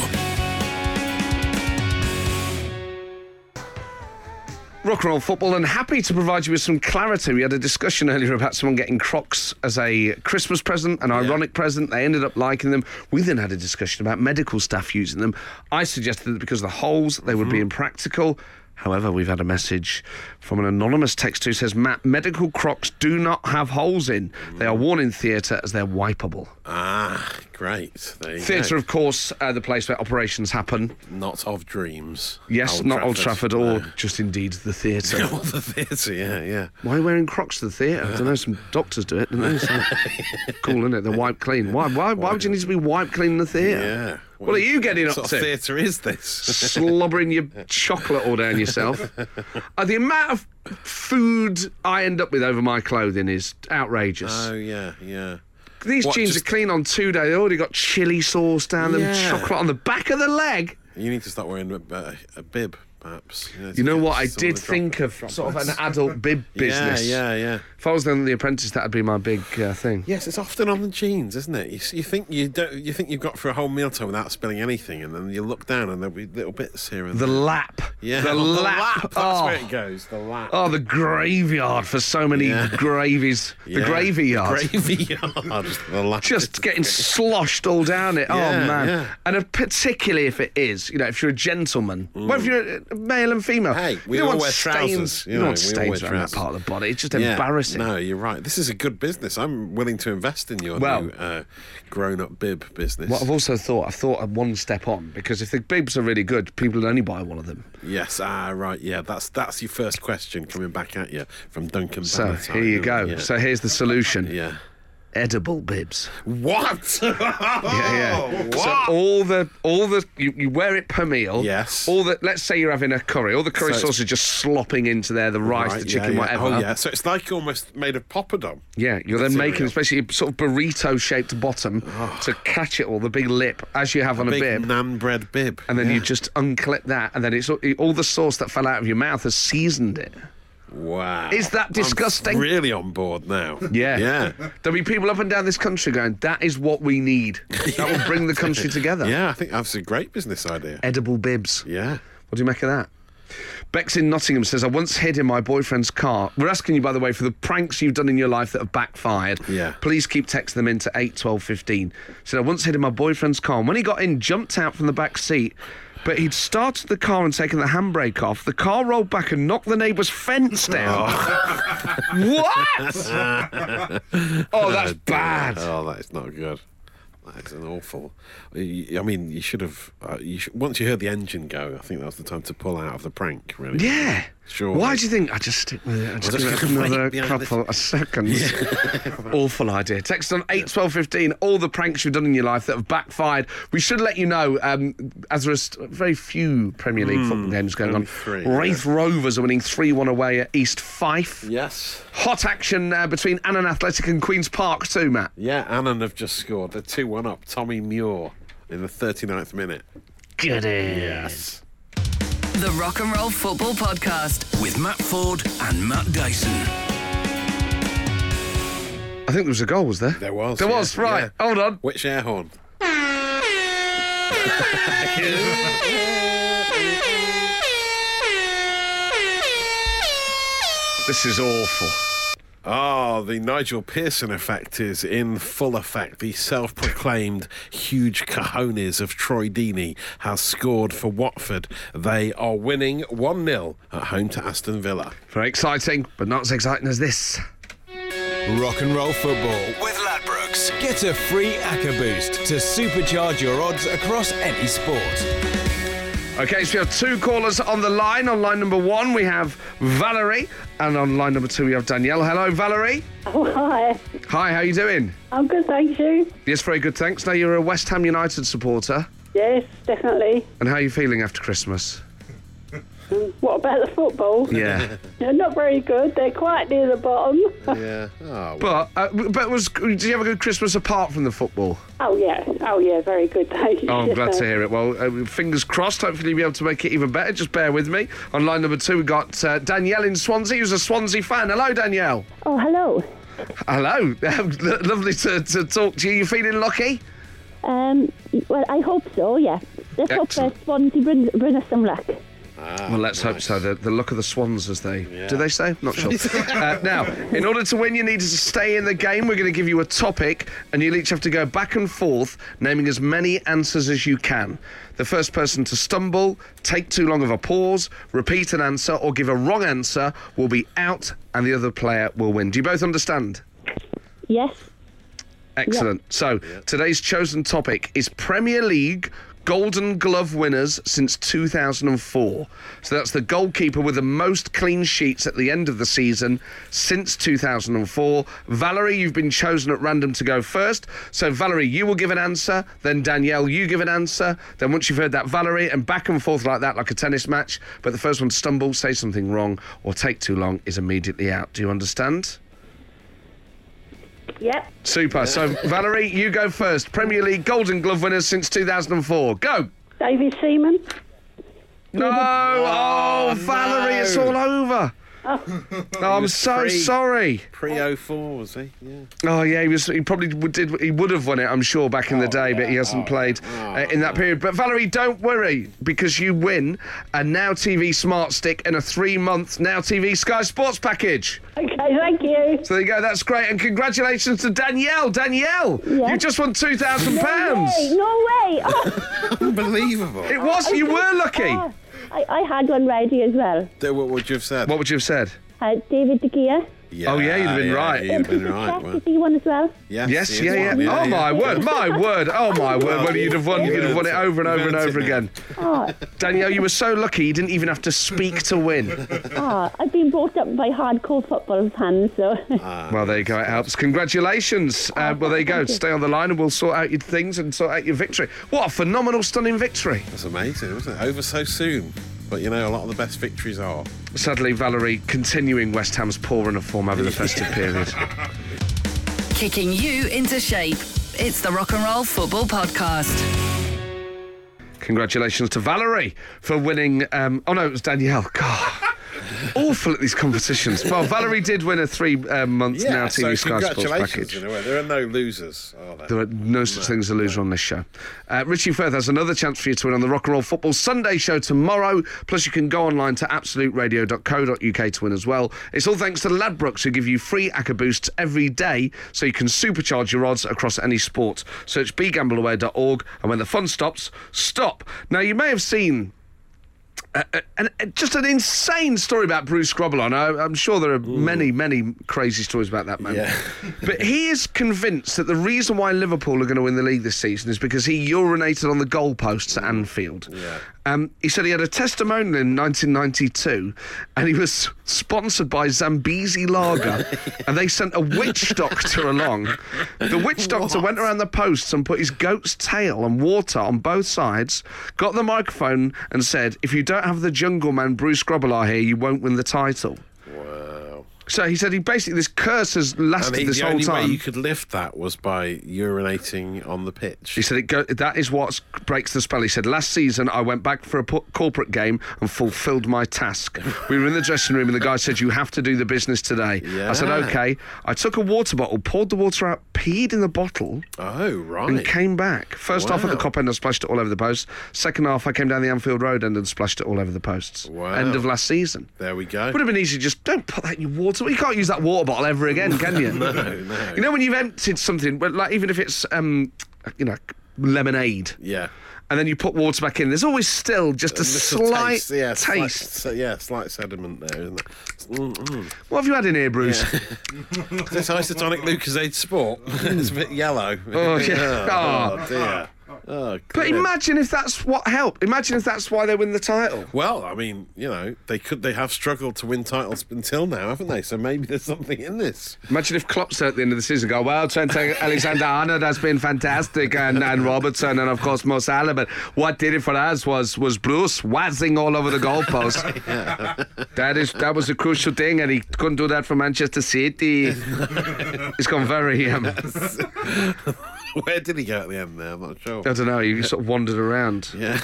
Rock and roll football, and happy to provide you with some clarity. We had a discussion earlier about someone getting Crocs as a Christmas present, an ironic present. They ended up liking them. We then had a Hmm. discussion about medical staff using them. I suggested that because of the holes, they would be impractical. However, we've had a message from an anonymous text who says, Matt, medical crocs do not have holes in. They are worn in theatre as they're wipeable. Ah, great. There you Theatre, go. of course, uh, the place where operations happen. Not of dreams. Yes, not Old Trafford or No. just indeed the theatre. Or the theatre, yeah, yeah. Why are you wearing Crocs to the theatre? I don't know. Some doctors do it, don't they? So, cool, isn't it? They're wiped clean. Why, why, why would you need to be wiped clean in the theatre? Yeah. What, are you getting up sort to? of theatre is this? slobbering your chocolate all down yourself. Uh, the amount of food I end up with over my clothing is outrageous. oh, yeah, yeah. These what, jeans just- are clean on two day. They already got chili sauce down them, Yeah. chocolate on the back of the leg. You need to start wearing a, a, a bib, perhaps. to You know get what? I some did the drop- think of sort of an adult bib business. Yeah, yeah, yeah. If I was then the apprentice, that'd be my big uh, thing. Yes, it's often on the jeans, isn't it? You, s- you think you don't, you think you've got for a whole mealtime without spilling anything, and then you look down and there'll be little bits here and The there. lap. yeah, The, well, lap. That's Oh. where it goes. The lap. Oh, the graveyard for so many Yeah. gravies. The Yeah. graveyard. Graveyard. the lap. just getting sloshed all down it. oh Yeah, man! yeah. And if, particularly if it is, you know, if you're a gentleman, well, if you're a male and female, Mm. Hey, we you don't all want wear stains. trousers, You, you don't know, want we all stains wear around that trousers. part of the body. It's just Yeah. embarrassing. No, you're right. This is a good business. I'm willing to invest in your Well- new uh, grown-up bib business. What I've also thought, I've thought I'm one step on because if the bibs are really good, people would only buy one of them. Yes, ah, right, yeah. That's that's your first question coming back at you from Duncan. So Valentine, here you isn't go. it? Yeah. So here's the solution: yeah. edible bibs. What? Yeah, yeah. What? So all the all the you, you wear it per meal. Yes. All the let's say you're having a curry, all the curry So sauce it's- is just slopping into there, the rice, Right, the chicken, yeah, yeah. whatever. Oh, yeah. So it's like almost made of poppadom. Yeah, you're then Cereal. making especially a sort of burrito shaped bottom to catch it all, the big lip as you have on a, Big bib. nan bread bib. and then you just unclip that, and then it's all, all the sauce that fell out of your mouth has seasoned it. Wow. Is that I'm disgusting? really on board now. Yeah. Yeah. There'll be people up and down this country going, that is what we need. That will bring the country together. Yeah, I think that's a great business idea. Edible bibs. Yeah. What do you make of that? Bex in Nottingham says, I once hid in my boyfriend's car. We're asking you, by the way, for the pranks you've done in your life that have backfired. Yeah. Please keep texting them in to 8, 12, 15. Said, I once hid in my boyfriend's car. And when he got in, jumped out from the back seat, but he'd started the car and taken the handbrake off. The car rolled back and knocked the neighbour's fence down. what? oh, that's bad. Uh, Oh, that is not good. That is an awful. I mean, you should have. Uh, you should, once you heard the engine go, I think that was the time to pull out of the prank. Really. Yeah. Sure. Why do you think I just stick with it? I just just give it gonna wait another behind this. couple of seconds. Awful idea. Text on eight twelve fifteen. All the pranks you've done in your life that have backfired. We should let you know. Um, as there are st- very few Premier League football games going on. Hmm. only three, yeah. Wraith Rovers are winning three one away at East Fife. Yes. Hot action uh, between Annan Athletic and Queens Park too, Matt. Yeah, Annan have just scored. They're 2 1 up. Tommy Muir in the 39th minute. Goody. Yes. The Rock and Roll Football Podcast. With Matt Ford and Matt Dyson. I think there was a goal, was there? There was. There yeah, was. Right. yeah. Hold on. Which air horn? This is awful. Ah, the Nigel Pearson effect is in full effect. The self proclaimed huge cojones of Troy Deeney has scored for Watford. They are winning 1 0 at home to Aston Villa. Very exciting, but not as exciting as this. Rock and roll football with Ladbrokes. Get a free Acker Boost to supercharge your odds across any sport. Okay, so we have two callers on the line. On line number one, we have Valerie, and on line number two, we have Danielle. Hello, Valerie. Oh, hi. Hi, how you doing? I'm good, thank you. Yes, very good, thanks. Now you're a West Ham United supporter, Yes, definitely. and how are you feeling after Christmas? What about the football? Yeah, They're not very good. They're quite near the bottom. Yeah. Oh, but uh, but was did you have a good Christmas apart from the football? oh, yeah. Oh, yeah. Very good, thank you. Oh, I'm glad to hear it. Well, uh, fingers crossed. Hopefully, you'll be able to make it even better. Just bear with me. On line number two, we got uh, Danielle in Swansea, who's a Swansea fan. Hello, Danielle. Oh, hello. Hello. Lovely to, to talk to you. You feeling lucky? Um, well, I hope so, yeah. Let's hope Excellent. uh, Swansea bring, bring us some luck. well, let's hope so. The, the look of the swans, as they do they say? Not sure. uh, now, in order to win, you need to stay in the game. We're going to give you a topic, and you'll each have to go back and forth, naming as many answers as you can. The first person to stumble, take too long of a pause, repeat an answer, or give a wrong answer will be out, and the other player will win. Do you both understand? Yes. Excellent. So today's chosen topic is Premier League Golden Glove winners since 2004. So that's the goalkeeper with the most clean sheets at the end of the season since 2004. Valerie, you've been chosen at random to go first. So Valerie, you will give an answer. Then Danielle, you give an answer. Then once you've heard that, Valerie, and back and forth like that, like a tennis match. But the first one to stumble, say something wrong, or take too long is immediately out. Do you understand? Yep. Super. So, Valerie, you go first. Premier League Golden Glove winners since 2004. Go. David Seaman. No. Oh, Valerie, it's all over. Oh, I'm so free. sorry. Pre 04, was he? Yeah. Oh yeah, he was. He probably would- did. He would have won it, I'm sure, back in the day, but he hasn't played uh, in that period. But Valerie, don't worry because you win a Now TV Smart Stick and a three-month Now TV Sky Sports package. Okay, thank you. So there you go. That's great, and congratulations to Danielle. Danielle, you just won two thousand pounds. Hey, no way. Oh, Unbelievable. It was. You were lucky. oh, I, I had one ready as well. Do- what would you have said? What would you have said? Uh, David De Gea. Oh, yeah, you'd have been right. You'd have been right. Yes, Well, is he one as well? yes, Yes, he yeah, is yeah. one, oh my word, my word, oh my word. Well, you'd have won, you'd have won it over and over and over again. Oh, Danielle, you were so lucky. You didn't even have to speak to win. oh, I've been brought up by hardcore football fans, so Well, there you go. It helps. Congratulations. Uh, well, there you go. Stay on the line, and we'll sort out your things and sort out your victory. What a phenomenal, stunning victory. That's amazing, wasn't it? Over so soon. But you know, a lot of the best victories are. Sadly, Valerie continuing West Ham's poor run of form over the festive period. Kicking you into shape. It's the Rock and Roll Football Podcast. Congratulations to Valerie for winning. Um, oh no, it was Danielle. God. Awful at these competitions. Well, Valerie did win a three-month now TV so Sky Sports congratulations package. in a way. There are no losers, are there? There are no such things as a loser on this show. Uh, Richie Firth has another chance for you to win on the Rock and Roll Football Sunday show tomorrow. Plus, you can go online to absoluteradio.co.uk to win as well. It's all thanks to Ladbrokes, who give you free ACCA boosts every day so you can supercharge your odds across any sport. Search begambleaware.org, and when the fun stops, stop. Now, you may have seen an, just an insane story about Bruce Grobbelon. I, I'm sure there are many, many crazy stories about that man. Yeah. but he is convinced that the reason why Liverpool are going to win the league this season is because he urinated on the goalposts at Anfield. Yeah. Um, he said he had a testimonial in 1992 and he was sponsored by Zambezi Lager and they sent a witch doctor along. The witch doctor went around the posts and put his goat's tail and water on both sides, got the microphone and said, If you don't have the jungle man Bruce Grobbelaar here, you won't win the title. Wow. So he said he basically, this curse has lasted And he, this the whole only time. way you could lift that was by urinating on the pitch. He said it go, that is what breaks the spell. He said last season I went back for a po- corporate game and fulfilled my task. We were in the dressing room and the guy said you have to do the business today. I said Yeah. okay. I took a water bottle, poured the water out, peed in the bottle. Oh, right. And came back. First half at the Wow. cop end, I splashed it all over the posts. Second half, I came down the Anfield Road end and splashed it all over the posts. Wow. End of last season. There we go. Would have been easy. to Just don't put that in your water. You can't use that water bottle ever again, can you? no, Oh, no. You know when you've emptied something, well, like even if it's um, you know, lemonade, Yeah. and then you put water back in. There's always still just a, Little slight taste. taste. Yeah, slight- so- yeah, slight sediment there, isn't it? mm, Mm-mm. What have you had in here, Bruce? This isotonic Lucasade Sport. it's a bit yellow. Oh, yeah. oh, Oh. dear. Oh, But goodness. imagine if that's what helped. Imagine if that's why they win the title. Well, I mean, you know, they could they have struggled to win titles until now, haven't they? So maybe there's something in this. Imagine if Klopp said at the end of the season, go, well, Trent Alexander Arnold has been fantastic, and, and Robertson, and of course, Mo Salah. But what did it for us was was Bruce wazzing all over the goalpost. that is that was a crucial thing, and he couldn't do that for Manchester City. He's gone very. Um, I Where did he go at the end there? I'm not sure. don't know. He sort of wandered around. Yeah.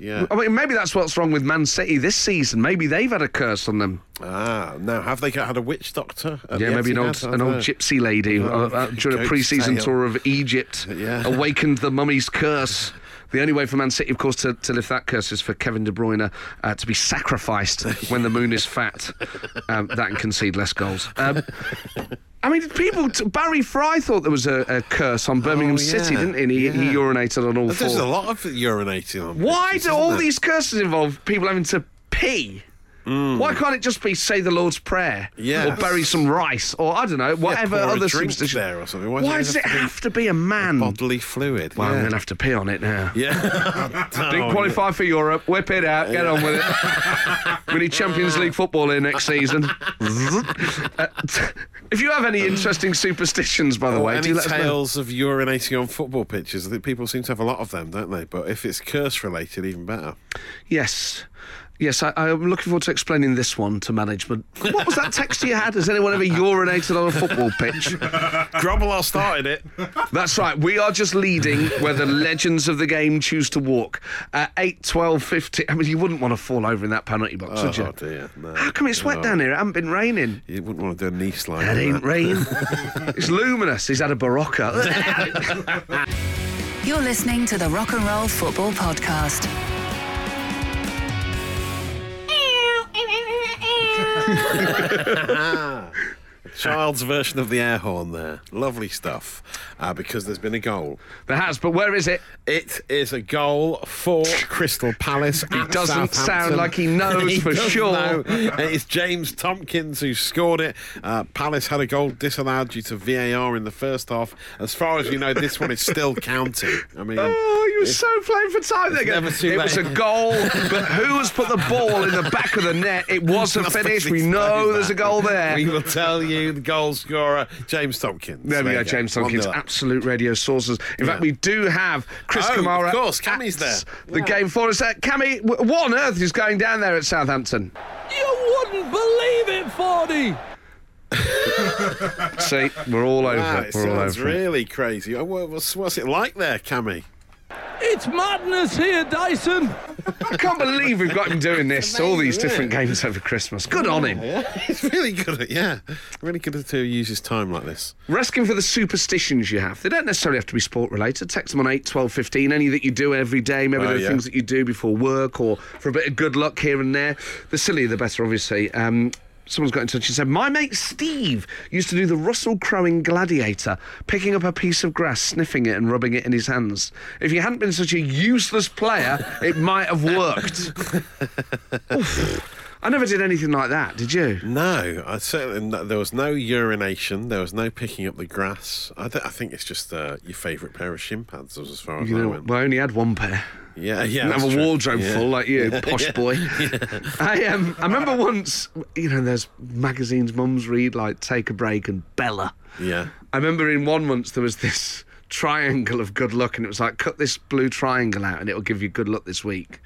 Yeah. I mean, maybe that's what's wrong with Man City this season. Maybe they've had a curse on them. Ah, now have they got, had a witch doctor? at Yeah, the maybe an old, Etihad? I an old don't know. gypsy lady uh, uh, during a goat's pre-season tail. tour of Egypt Yeah. awakened the mummy's curse The only way for Man City, of course, to, to lift that curse is for Kevin De Bruyne uh, to be sacrificed when the moon is fat. Um, that and concede less goals. Um, I mean, people. T- Barry Fry thought there was a, a curse on Birmingham Oh, City, yeah. didn't he? And he, he Yeah. urinated on all There's four. a lot of urinating on. Why pitches, do all isn't there? these curses involve people having to pee? Mm. Why can't it just be say the Lord's Prayer? Yeah. Or bury some rice or I don't know, whatever pour a other drink substitution- there or something. Why, Why does it does it have to be have to be a man? bodily fluid? um, Well, I'm yeah. going to have to pee on it now. yeah. Didn't Oh, qualify for Europe. Whip it out. Get on with it. we need Champions League football here next season. Uh, t- if you have any interesting superstitions, by the Or way, do Oh, any you let us know? tales of urinating on football pitches. I think people seem to have a lot of them, don't they? But if it's curse related, even better. Yes. Yes, I, I'm looking forward to explaining this one to management. What was that text you had? Has anyone ever urinated on a football pitch? Grobbelaar started it. That's right. We are just leading where the legends of the game choose to walk. Uh, 8, 12, 15. I mean, you wouldn't want to fall over in that penalty box, would you? Oh dear. No. How come it's wet down here? It hasn't been raining. You wouldn't want to do a knee slide. That on ain't rain. it's luminous. He's had a barocca. You're listening to the Rock and Roll Football Podcast. Child's version of the air horn there. Lovely stuff. Uh, because there's been a goal. there has, but where is it? It is a goal for Crystal Palace. He doesn't sound like he knows for sure. It's James Tompkins who scored it. Uh, Palace had a goal disallowed due to VAR in the first half. As far as we know, this one is still counting. I mean, Oh, you were it's- so playing for time there. never too it late. was a goal, but who has put the ball in the back of the net? It was a Nothing finish. We explains know that. there's a goal there. We will tell you the goal scorer, James Tompkins. There we go, you James One Tompkins, nil up. absolute radio sources. In fact, we do have Chris Oh, of Kamara. course, Cammy's at there. The game for us. Uh, Cammy, w- what on earth is going down there at Southampton? You wouldn't believe it, Fordy. See, we're all over Wow, it. Ah, it We're all sounds over it. really crazy. Oh, what- What's, what's it like there, Cammy? It's madness here, Dyson. I can't believe we've got him doing this. all amazing, these isn't different games over Christmas. Good on him. He's really good at yeah, really good at to use his time like this. Rescuing for the superstitions you have. They don't necessarily have to be sport related. Text them on 8, 12, 15. Any that you do every day. Maybe Oh, there are yeah. things that you do before work or for a bit of good luck here and there. The sillier the better, obviously. Um, someone's got in touch and said, My mate Steve used to do the Russell Crowe in Gladiator, picking up a piece of grass, sniffing it, and rubbing it in his hands. If he hadn't been such a useless player, it might have worked. Oof. I never did anything like that, did you? No, I certainly no, there was no urination. There was no picking up the grass. I, th- I think it's just uh, your favourite pair of shin pads, was as far as You I know, went. well, I only had one pair. yeah, yeah, and that's have a true. wardrobe Yeah. full like you, posh boy. I um, I remember once, you know, there's magazines mums read like Take a Break and Bella. Yeah. I remember in one once there was this triangle of good luck, and it was like cut this blue triangle out, and it'll give you good luck this week.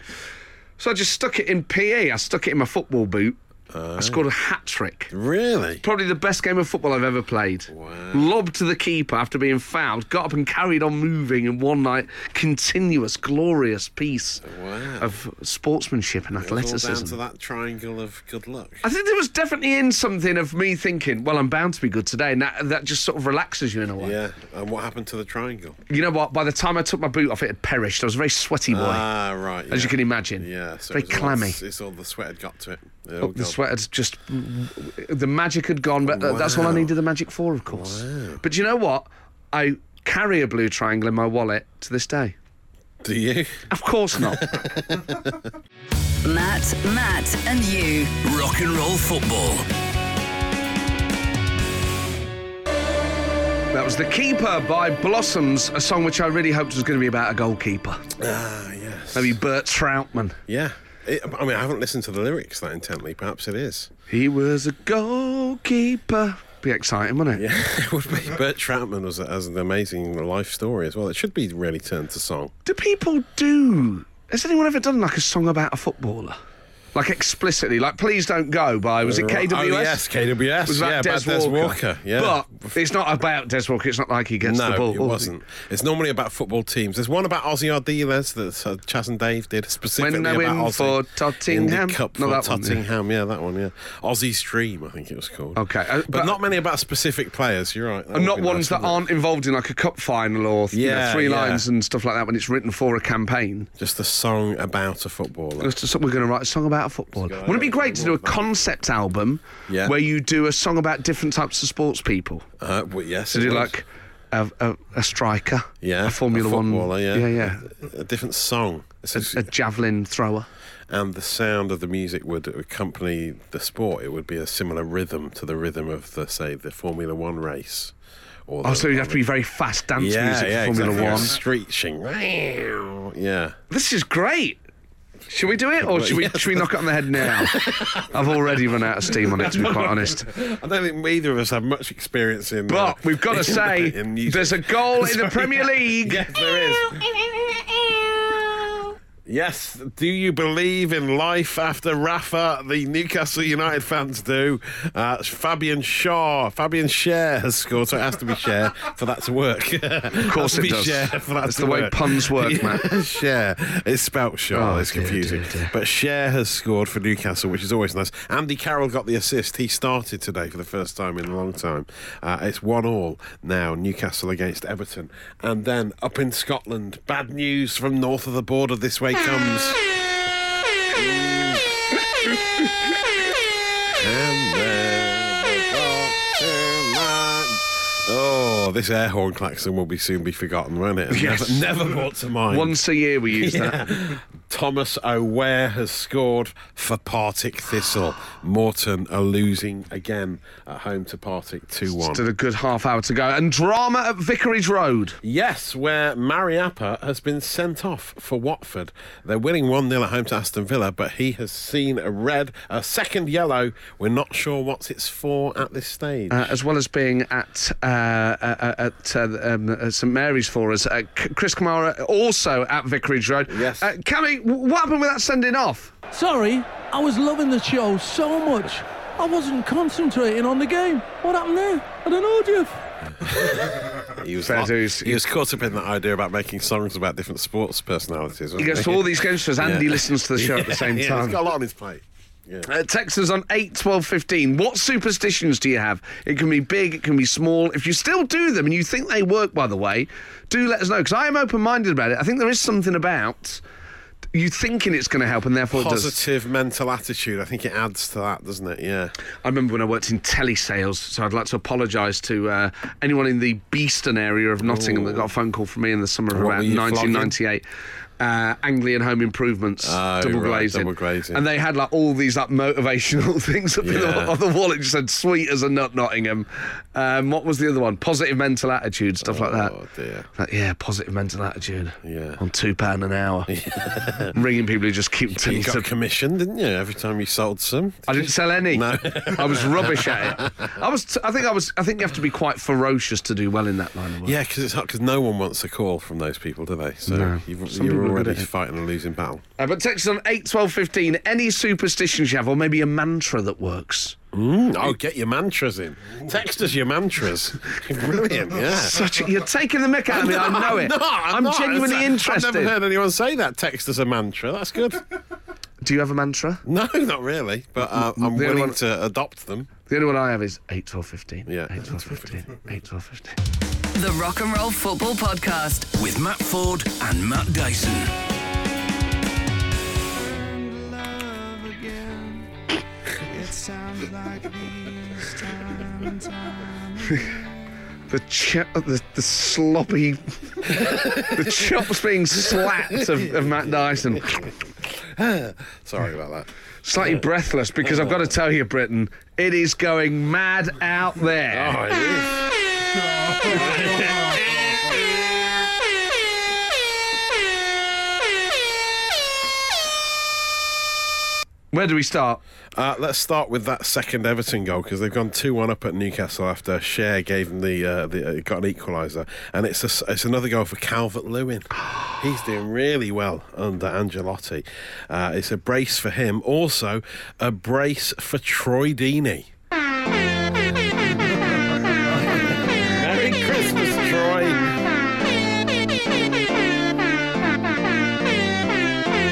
So I just stuck it in PE. I stuck it in my football boot. I Oh. scored a hat trick. Really? Probably the best game of football I've ever played. Lobbed to the keeper after being fouled, got up and carried on moving in one night. Continuous, glorious piece Oh. Wow. of sportsmanship and It was all down athleticism. to that triangle of good luck. I think there was definitely in something of me thinking, well, I'm bound to be good today. And that, that just sort of relaxes you in a way. Yeah, and what happened to the triangle? You know what? By the time I took my boot off, it had perished. I was a very sweaty boy, Ah, right. as yeah. you can imagine. Yeah, so very it was all- clammy. it's all the sweat had got to it. It all Oh, the got- sweat had just the magic had gone but th- that's all i Wow. needed the magic for of course but you know what i carry a blue triangle in my wallet to this day Do you? of course not Matt, Matt, and you. Rock and roll football. that was the keeper by blossoms a song which i really hoped was going to be about a goalkeeper Ah, yes. maybe bert troutman Yeah. It, I mean, I haven't listened to the lyrics that intently. Perhaps it is. he was a goalkeeper be exciting wouldn't it it would be. Bert Troutman was has an amazing life story as well. It should be really turned to song. do people do has anyone ever done like a song about a footballer Like explicitly, like please don't go by was it KWS? Oh, yes, KWS. It was about yeah, Des, about Des Walker. Walker, yeah. But it's not about Des Walker. It's not like he gets no, the ball. it wasn't. It's normally about football teams. There's one about Ozzy Ardiles that uh, Chaz and Dave did specifically When I about win Ozzy for in the Tottenham? Cup No, for that one, yeah. Tottenham, yeah. that one, yeah. Ozzy's Dream, I think it was called. Okay, uh, but, but- not many about specific players. You're right. That And not would be ones that nice, wouldn't it? aren't involved in like a cup final or you know, Yeah, three yeah. lines and stuff like that when it's written for a campaign. Just a song about a footballer. It's just- we're going to write a song about a football. Let's go. Wouldn't it be great to do a concept album Yeah. where you do a song about different types of sports people? Uh, well, yes. To it do was. like a, a, a striker, yeah, a Formula footballer, One, Yeah, yeah, yeah, A, a different song. It's just- a javelin thrower. and the sound of the music would accompany the sport. It would be a similar rhythm to the rhythm of the say the Formula One race. Or Oh, the- so you'd have to be very fast dance yeah, music yeah, for Formula exactly. One. street shing. Yeah, This is great. Should we do it, or should we, should we knock it on the head now? I've already run out of steam on it, to be quite honest. I don't think either of us have much experience in. uh, But we've got in- to say, in music. there's a goal in the Premier League. Yes, there is. Yes, do you believe in life after Rafa? The Newcastle United fans do. Uh, it's Fabian Shaw, Fabian Cher has scored, so it has to be Cher for that to work. of course it does. for that That's to the way work. puns work, Matt. Cher, it's spelt Shaw. Oh, it's dear, confusing. dear, dear. But Cher has scored for Newcastle, which is always nice. Andy Carroll got the assist. He started today for the first time in a long time. Uh, it's one all now. Newcastle against Everton, and then up in Scotland, bad news from north of the border. This way comes. And then we got to mind. Oh, this air horn klaxon will be soon be forgotten, won't it? And Yes. Never, never brought to mind. Once a year we use that. Thomas O'Ware has scored for Partick Thistle. Morton are losing again at home to Partick 2 Still 1. a good half hour to go. And drama at Vicarage Road. Yes, where Mariappa has been sent off for Watford. They're winning 1 0 at home to Aston Villa, but he has seen a red, a second yellow. We're not sure what it's for at this stage. Uh, as well as being at uh, uh, at uh, um, uh, St Mary's for us, uh, C- Chris Kamara also at Vicarage Road. Yes. Uh, Cammy, w- what happened with that sending off? Sorry, I was loving the show so much. I wasn't concentrating on the game. What happened there? I don't know, Jeff. He was, Fair like- dues. he was caught up in that idea about making songs about different sports personalities. He goes to all these games because Andy listens to the show at the same yeah, time. He's got a lot on his plate. Uh, text us on 8 12 15. What superstitions do you have? It can be big, it can be small. If you still do them and you think they work, by the way, do let us know because I am open minded about it. I think there is something about you thinking it's going to help and therefore it does. Positive mental attitude. I think it adds to that, doesn't it? Yeah. I remember when I worked in telesales, so I'd like to apologise to uh, anyone in the Beeston area of Nottingham that got a phone call from me in the summer of What were about you 1998. Uh, Anglian Home Improvements, Oh, double right, glazing, double glazing. and they had like all these like motivational things up in Yeah. the, on the wall. It just said "sweet as a nut, Nottingham." Um, what was the other one? Positive mental attitude, stuff like that. Oh, dear. Like, yeah, positive mental attitude. Yeah. on two pound an hour, ringing people who just keep telling You you to got commission, didn't you? Every time you sold some. I didn't sell any. No. I was rubbish at it. I was. T- I think I was. I think you have to be quite ferocious to do well in that line of work. Yeah, because it's because no one wants a call from those people, do they? So No. you've, Some you're people are good already at it. fighting a losing battle. Uh, but text us on eight twelve fifteen. Any superstitions you have, or maybe a mantra that works. Oh, get your mantras in. Text us your mantras. Brilliant. Yeah. Such a, you're taking the mick out of me. I know it. No, I'm, not. genuinely It's- interested. I've never heard anyone say that. Text as a mantra. That's good. Do you have a mantra? no, not really. But uh, I'm The only willing one- to adopt them. The only one I have is eight twelve fifteen. Yeah. Eight twelve fifteen. Eight twelve fifteen. The Rock and Roll Football Podcast. With Matt Ford and Matt Dyson. The ch- uh, the the sloppy, the chops being slapped of, of Matt Dyson. Sorry about that. Slightly breathless because I've got to tell you, Britain, it is going mad out there. Oh, it is. Where do we start? Uh, let's start with that second Everton goal because they've gone two one up at Newcastle after Share gave them the, uh, the uh, got an equaliser, and it's a s it's another goal for Calvert Lewin. He's doing really well under Angelotti. Uh, it's a brace for him, also a brace for Troy Deeney. Merry Christmas, Troy.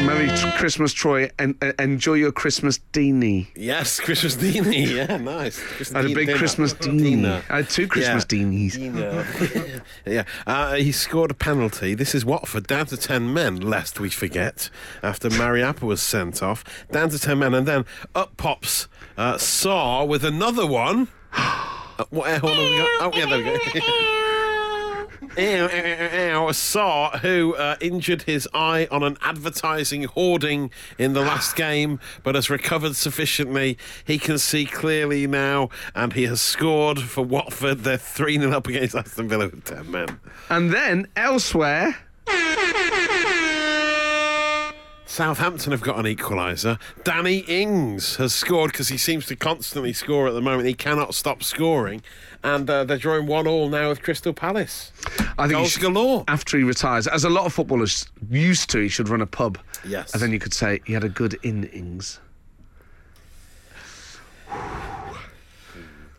Merry t- Christmas, Troy, and uh, enjoy your Christmas dini. Yes, Christmas Deeney. Yeah, nice. Christmas I had a Deen- big dinner. Christmas dini. Dinner. I had two Christmas Yeah. dinies. yeah, uh, he scored a penalty. This is Watford down to 10 men, lest we forget, after Mariappa was sent off. Down to 10 men, and then up pops uh, Saw with another one. Uh, what air horn have we got? Oh, yeah, there we go. Ew, ew, ew, ew. Saw, who uh, injured his eye on an advertising hoarding in the last game, but has recovered sufficiently. He can see clearly now, and he has scored for Watford. They're 3 0 up against Aston Villa with 10 men. And then elsewhere, Southampton have got an equaliser. Danny Ings has scored because he seems to constantly score at the moment. He cannot stop scoring. And uh, they're drawing 1 all now with Crystal Palace. I think he Goals should- galore. after he retires, as a lot of footballers used to, he should run a pub. Yes. And then you could say he had a good innings.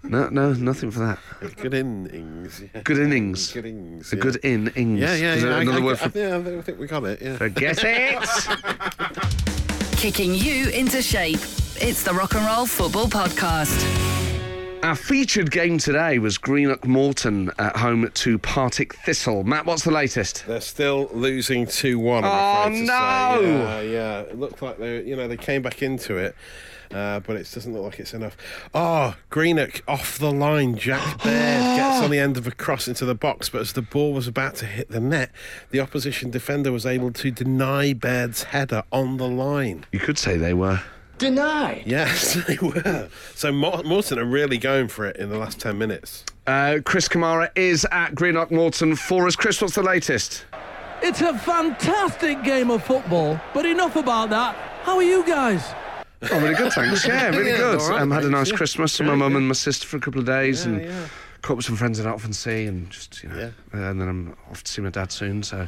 No, no, nothing for that. Good innings. yeah. Good innings. Good innings. A yeah. good in innings. Yeah, yeah, Is yeah. there I- Another I, word I, for. think- I, think, we got it. Yeah. Forget it. Kicking you into shape. It's the Rock and Roll Football Podcast. Our featured game today was Greenock Morton at home to Partick Thistle. Matt, what's the latest? They're still losing two one. Oh, afraid to no. Say. Yeah, yeah. It looked like they, you know, they came back into it, uh, but it doesn't look like it's enough. Oh, Greenock off the line. Jack Baird gets on the end of a cross into the box, but as the ball was about to hit the net, the opposition defender was able to deny Baird's header on the line. You could say they were. Yes, they were. So Mor- Morton are really going for it in the last ten minutes. Uh, Chris Kamara is at Greenock Morton for us. Chris, what's the latest? It's a fantastic game of football, but enough about that. How are you guys? Oh, really good, thanks. Yeah, really Yeah, good. all right, um, had a thanks, nice yeah. Christmas with my mum and my sister for a couple of days, and caught up with some friends that I often see, and just you know, uh, and then I'm off to see my dad soon. So,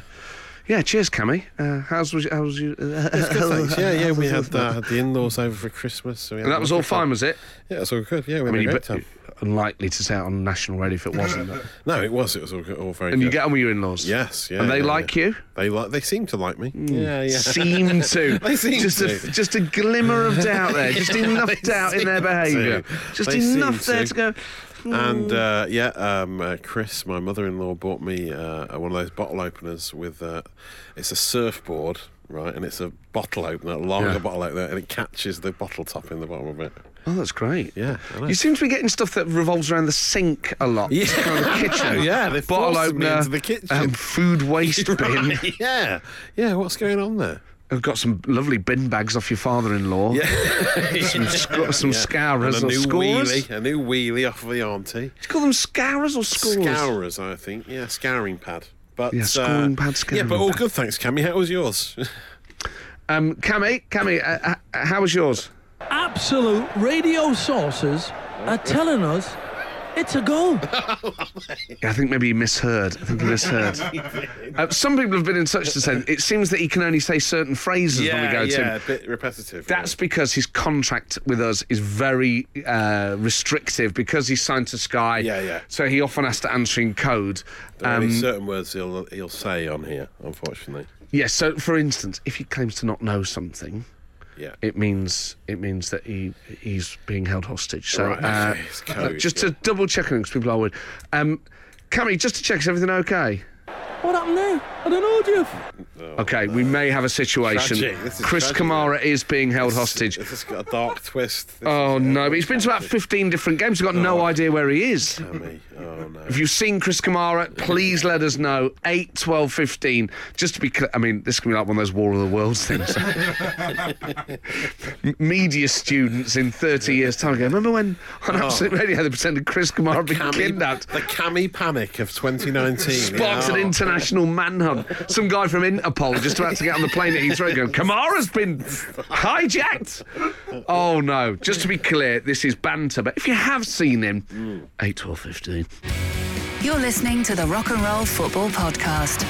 yeah, cheers, Cammy. Uh, how's was how's you? uh, Thanks. Yeah, yeah, we had, uh, had the in-laws over for Christmas. So we had And that was all lovely time. fine, was it? Yeah, it's all good. Yeah, we had I mean, a you great bet, time. unlikely to say it on national radio if it wasn't. No, it was. It was all, good, all very and good. you get on with your in-laws. Yes, yeah. And they yeah, like Mm. yeah. you? They like. They seem to like me. Yeah, yeah. Seem to. They seem just A, to. just a glimmer of doubt there. Just enough They doubt in their seem to. behaviour. Just They seem enough there to go. And uh, yeah, um, uh, Chris, my mother-in-law, bought me uh, one of those bottle openers with. Uh, it's a surfboard, right? And it's a bottle opener, a longer Yeah. bottle opener, and it catches the bottle top in the bottom of it. Oh, that's great. Yeah, I know. You seem to be getting stuff that revolves around the sink a lot. Yeah. Kind of kitchen. Yeah, they Bottle forced me opener. into the kitchen. Um, food waste bin. yeah, yeah. What's going on there? I've got some lovely bin bags off your father-in-law. Yeah. some sc- some scourers and a or new scorers. wheelie, a new wheelie off of the auntie. Do you call them scourers or scorers? Scourers, I think. Yeah, scouring pad. But Yeah, uh, scoring pad, Yeah, scouring but all pad. good. Thanks, Cammy. How was yours? Um, Cammy, Cammy, uh, h- how was yours? Absolute radio sources are telling us it's a goal. I think maybe you misheard. I think you misheard. uh, some people have been in touch to say it seems that he can only say certain phrases when we go to yeah, him. a bit repetitive. That's because his contract with us is very uh, restrictive because he's signed to Sky. Yeah, yeah. So he often has to answer in code. There are only Um, certain words he'll he'll say on here, unfortunately. yes. So, for instance, if he claims to not know something, Yeah. it means it means that he he's being held hostage. So, Right, uh, okay, it's code, just yeah. to double check on because people are worried. Um, Cammy, just to check is everything okay? What happened there? I don't know, Jeff. Okay, we may have a situation. Tragic, this is Chris tragic. Kamara is being held hostage. This has got a dark twist. This Oh is, uh, no, but he's been to about 15 different games. We've got no idea where he is. Cammy. Oh no. If you've seen Chris Kamara, please let us know. 8, 12, 15. Just to be clear, I mean, this can be like one of those War of the Worlds things. M- Media students in 30 years' time ago. Remember when on Absolute Radio they pretended Chris Kamara had been Cammy- kidnapped? The Cammy panic of 2019. Sparked an Oh. international manhunt. on. Some guy from Interpol just about to get on the plane at Heathrow going, Kamara's been hijacked. Oh no. Just to be clear, this is banter, but if you have seen Mm. him, 8 12 15. You're listening to the Rock and Roll Football Podcast.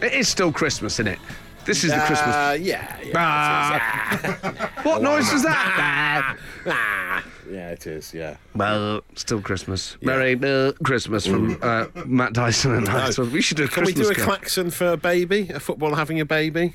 It is still Christmas, isn't it? This is the Christmas. Ah. Uh, yeah. Yeah, What noise was that? yeah, it is. Yeah. Well, still Christmas. Merry uh, Christmas from uh, Matt Dyson and I. So we should do a Can we Christmas do a game. klaxon for a baby? A footballer having a baby?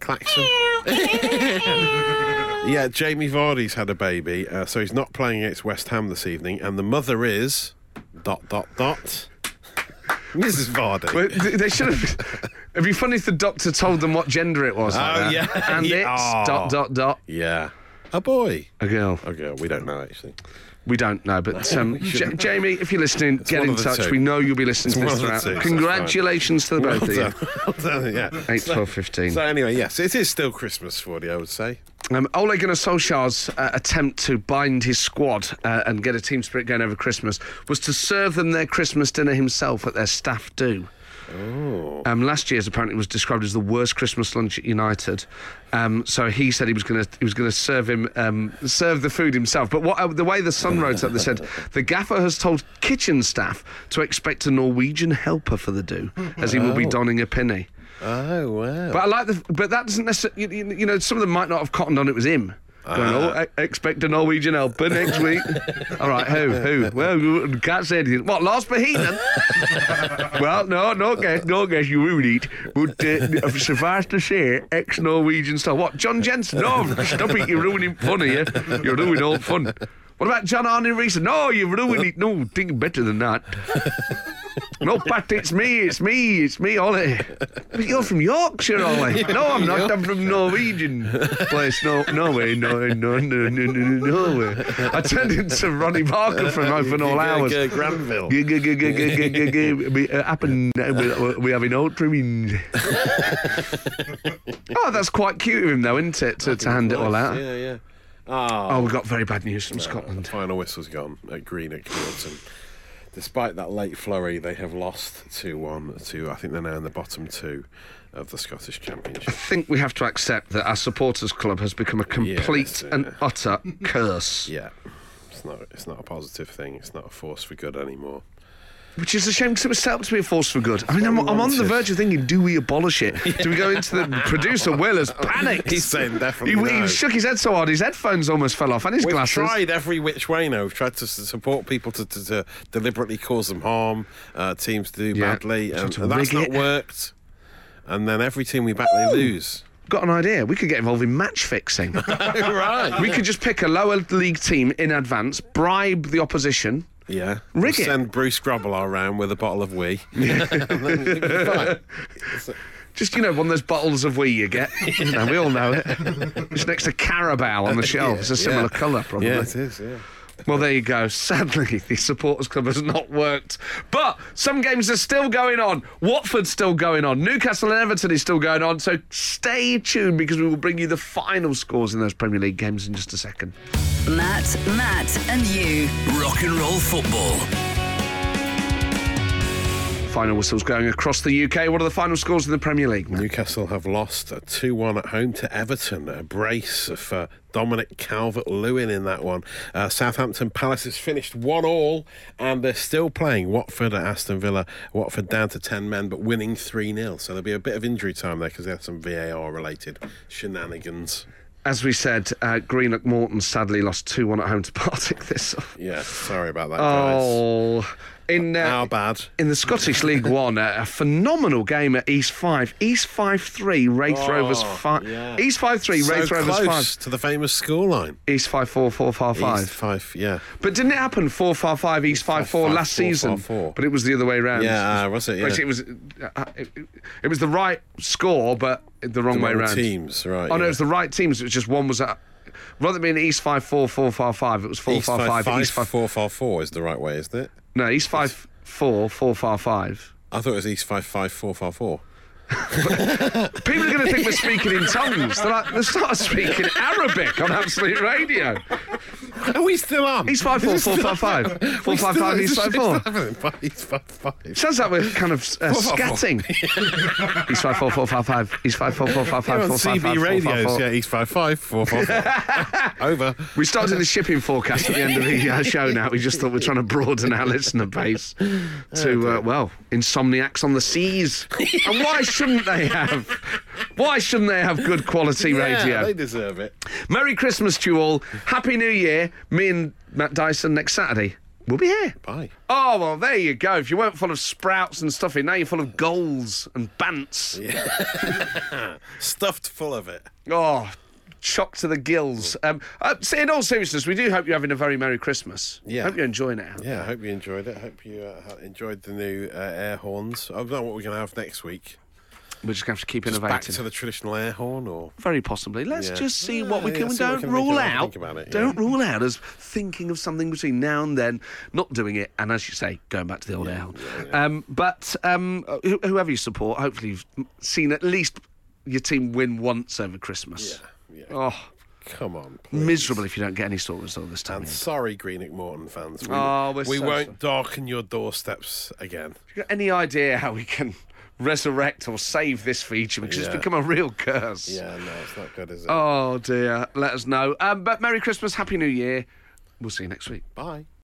Klaxon. yeah, Jamie Vardy's had a baby, uh, so he's not playing against West Ham this evening, and the mother is dot dot dot Mrs. Vardy. Well, th- they should have. It'd be funny if the doctor told them what gender it was. like Oh, that. yeah. and Yeah. Oh. it's dot dot dot Yeah, a boy. a girl. A girl. We don't know actually. We don't know, but um, Ja- Jamie, if you're listening, get one in of the touch. two. We know you'll be listening It's to this one of the throughout. two, that's Congratulations to the both of you. Well done. Well done, yeah. 8, 12, 15. So anyway, yes, it is still Christmas for you, I would say. Um, Ole Gunnar Solskjaer's uh, attempt to bind his squad uh, and get a team spirit going over Christmas was to serve them their Christmas dinner himself at their staff do. Um, last year's apparently was described as the worst Christmas lunch at United. Um, so he said he was going to he was going to serve him um, serve the food himself. But what, uh, the way the Sun wrote up, they said the gaffer has told kitchen staff to expect a Norwegian helper for the do, as he will be donning a pinny. Oh wow. But I like the. But that doesn't necessarily. You, you- you know, some of them might not have cottoned on it was him. Going, oh, e- expect a Norwegian helper next week. All right, who? Who? Well, you wouldn't- can't say anything. What, Lars Beheaton? well, no, no guess, no guess you would eat. But uh, suffice to say, ex Norwegian star. What, John Jensen? No, stop it, you're ruining fun here. You're ruining all fun. What about John Arne Reason? No, you're ruining it. No, think better than that. No, Pat, it's me, it's me, it's me, Ollie. But you're from Yorkshire, Ollie. No, I'm not. I'm from Norwegian place. No, no way, no, no, no, no, no, no no way. I turned into Ronnie Barker from Open All Hours. Uh, Granville. G- g- g- g- g- g- g- g- we, uh, happen, uh, we, we have an old trimming. oh, that's quite cute of him, though, isn't it, to, to hand it all out? Yeah, yeah. Ah. Oh, we got very bad news from The Scotland. final whistle's gone at Green at Kilton. Despite that late flurry, they have lost 2 1 to, I think they're now in the bottom two of the Scottish Championship. I think we have to accept that our supporters club has become a complete Yes, yeah. and utter curse. Yeah. It's not, it's not a positive thing. It's not a force for good anymore. Which is a shame because it was set up to be a force for good. I mean, I'm, I'm on the verge of thinking, do we abolish it? Do we go into the producer? Will has panicked. He's saying He, definitely he no. shook his head so hard, his headphones almost fell off and his We've glasses. tried every which way now. We've tried to s- support people to, to, to deliberately cause them harm, uh, teams to do Yeah. badly, Tried and, to and that's rig not it. worked. And then every team we back, they lose. Got an idea. We could get involved in match fixing. right. we could just pick a lower league team in advance, bribe the opposition. Yeah. Rig We'll it. Send Bruce Grobbelaar around with a bottle of wee. Just, you know, one of those bottles of wee you get. You know, we all know it. It's next to Carabao on the shelf. it's a similar colour, probably. yeah, it is. Yeah. Well, there you go. Sadly, the supporters club has not worked. But some games are still going on. Watford's still going on. Newcastle and Everton is still going on. So stay tuned because we will bring you the final scores in those Premier League games in just a second. Matt, Matt, and you. Rock and roll football. Final whistles going across the UK. What are the final scores in the Premier League? Matt? Newcastle have lost 2 1 at home to Everton. A brace for Dominic Calvert Lewin in that one. Uh, Southampton Palace has finished 1 all and they're still playing Watford at Aston Villa. Watford down to 10 men but winning 3 0. So there'll be a bit of injury time there because they had some VAR related shenanigans. As we said, uh, Greenock Morton sadly lost 2 1 at home to Partick this. Yeah, sorry about that, guys. Oh. In, uh, How bad? In the Scottish League One, a, a phenomenal game at East Five. East Five Three, Wraith Rovers Five. Oh, yeah. East Five Three, so Wraith Rovers close Five. to the famous score line. East Five Four, Four Five Five. East five, yeah. But didn't it happen four five five East five five, four five, last four, five, season? four. But it was the other way round. Yeah, uh, was it? Yeah. Which it was, uh, it, it was the right score, but the wrong The way wrong round. teams, right, Oh no, yeah. it was the right teams. It was just one was at. Rather than being East five four four five five, it was four East five five East five. four five four is the right way, isn't it? No, East five four four five five. I thought it was East five five four five four. People are going to think we're speaking in tongues. They're like, they start speaking Arabic on Absolute Radio. Are we still on? He's five four, Is it four, still- five, five. Are we Four, five, still- five, he's is it- five, four. He's five five. Sounds like we're kind of uh, scatting. he's five four four five five. He's five four four five They're five four on five five CB four five radios. four. Yeah, he's five five four four four. Over. We started the shipping forecast at the end of the uh, show now. We just thought we're trying to broaden our listener base Oh, to, uh, well, insomniacs on the seas. And why shouldn't they have? Why shouldn't they have good quality Yeah, radio? they deserve it. Merry Christmas to you all. Happy New Year. Me and Matt Dyson next Saturday. We'll be here. Bye. Oh, well, there you go. If you weren't full of sprouts and stuffing, now you're full of goals and bants. Stuffed full of it. Oh, chocked to the gills. Um, uh, so in all seriousness, we do hope you're having a very Merry Christmas. Yeah. Hope you're enjoying it. Alan. Yeah, I hope you enjoyed it. I hope you uh, ha- enjoyed the new uh, air horns. I don't know what we're going to have next week. We're just going to have to keep Just back innovating. to the traditional air horn, or Very possibly. Let's Yeah. just see what we Yeah, can. let's see what don't we can rule think about- out. think about it, Don't yeah. rule out as thinking of something between now and then, not doing it, and as you say, going back to the old owl. Um, but um, wh- whoever you support, hopefully you've seen at least your team win once over Christmas. Yeah, yeah. Oh, come on, please. miserable if you don't get any sort of result this time. And of year. sorry, Greenock Morton fans. We, Oh, we're we so won't sorry. darken your doorsteps again. You got any idea how we can resurrect or save this feature? Because it's Yeah. become a real curse. Yeah, no, it's not good, is it? Oh dear. Let us know. Um, but Merry Christmas, Happy New Year. We'll see you next week. Bye.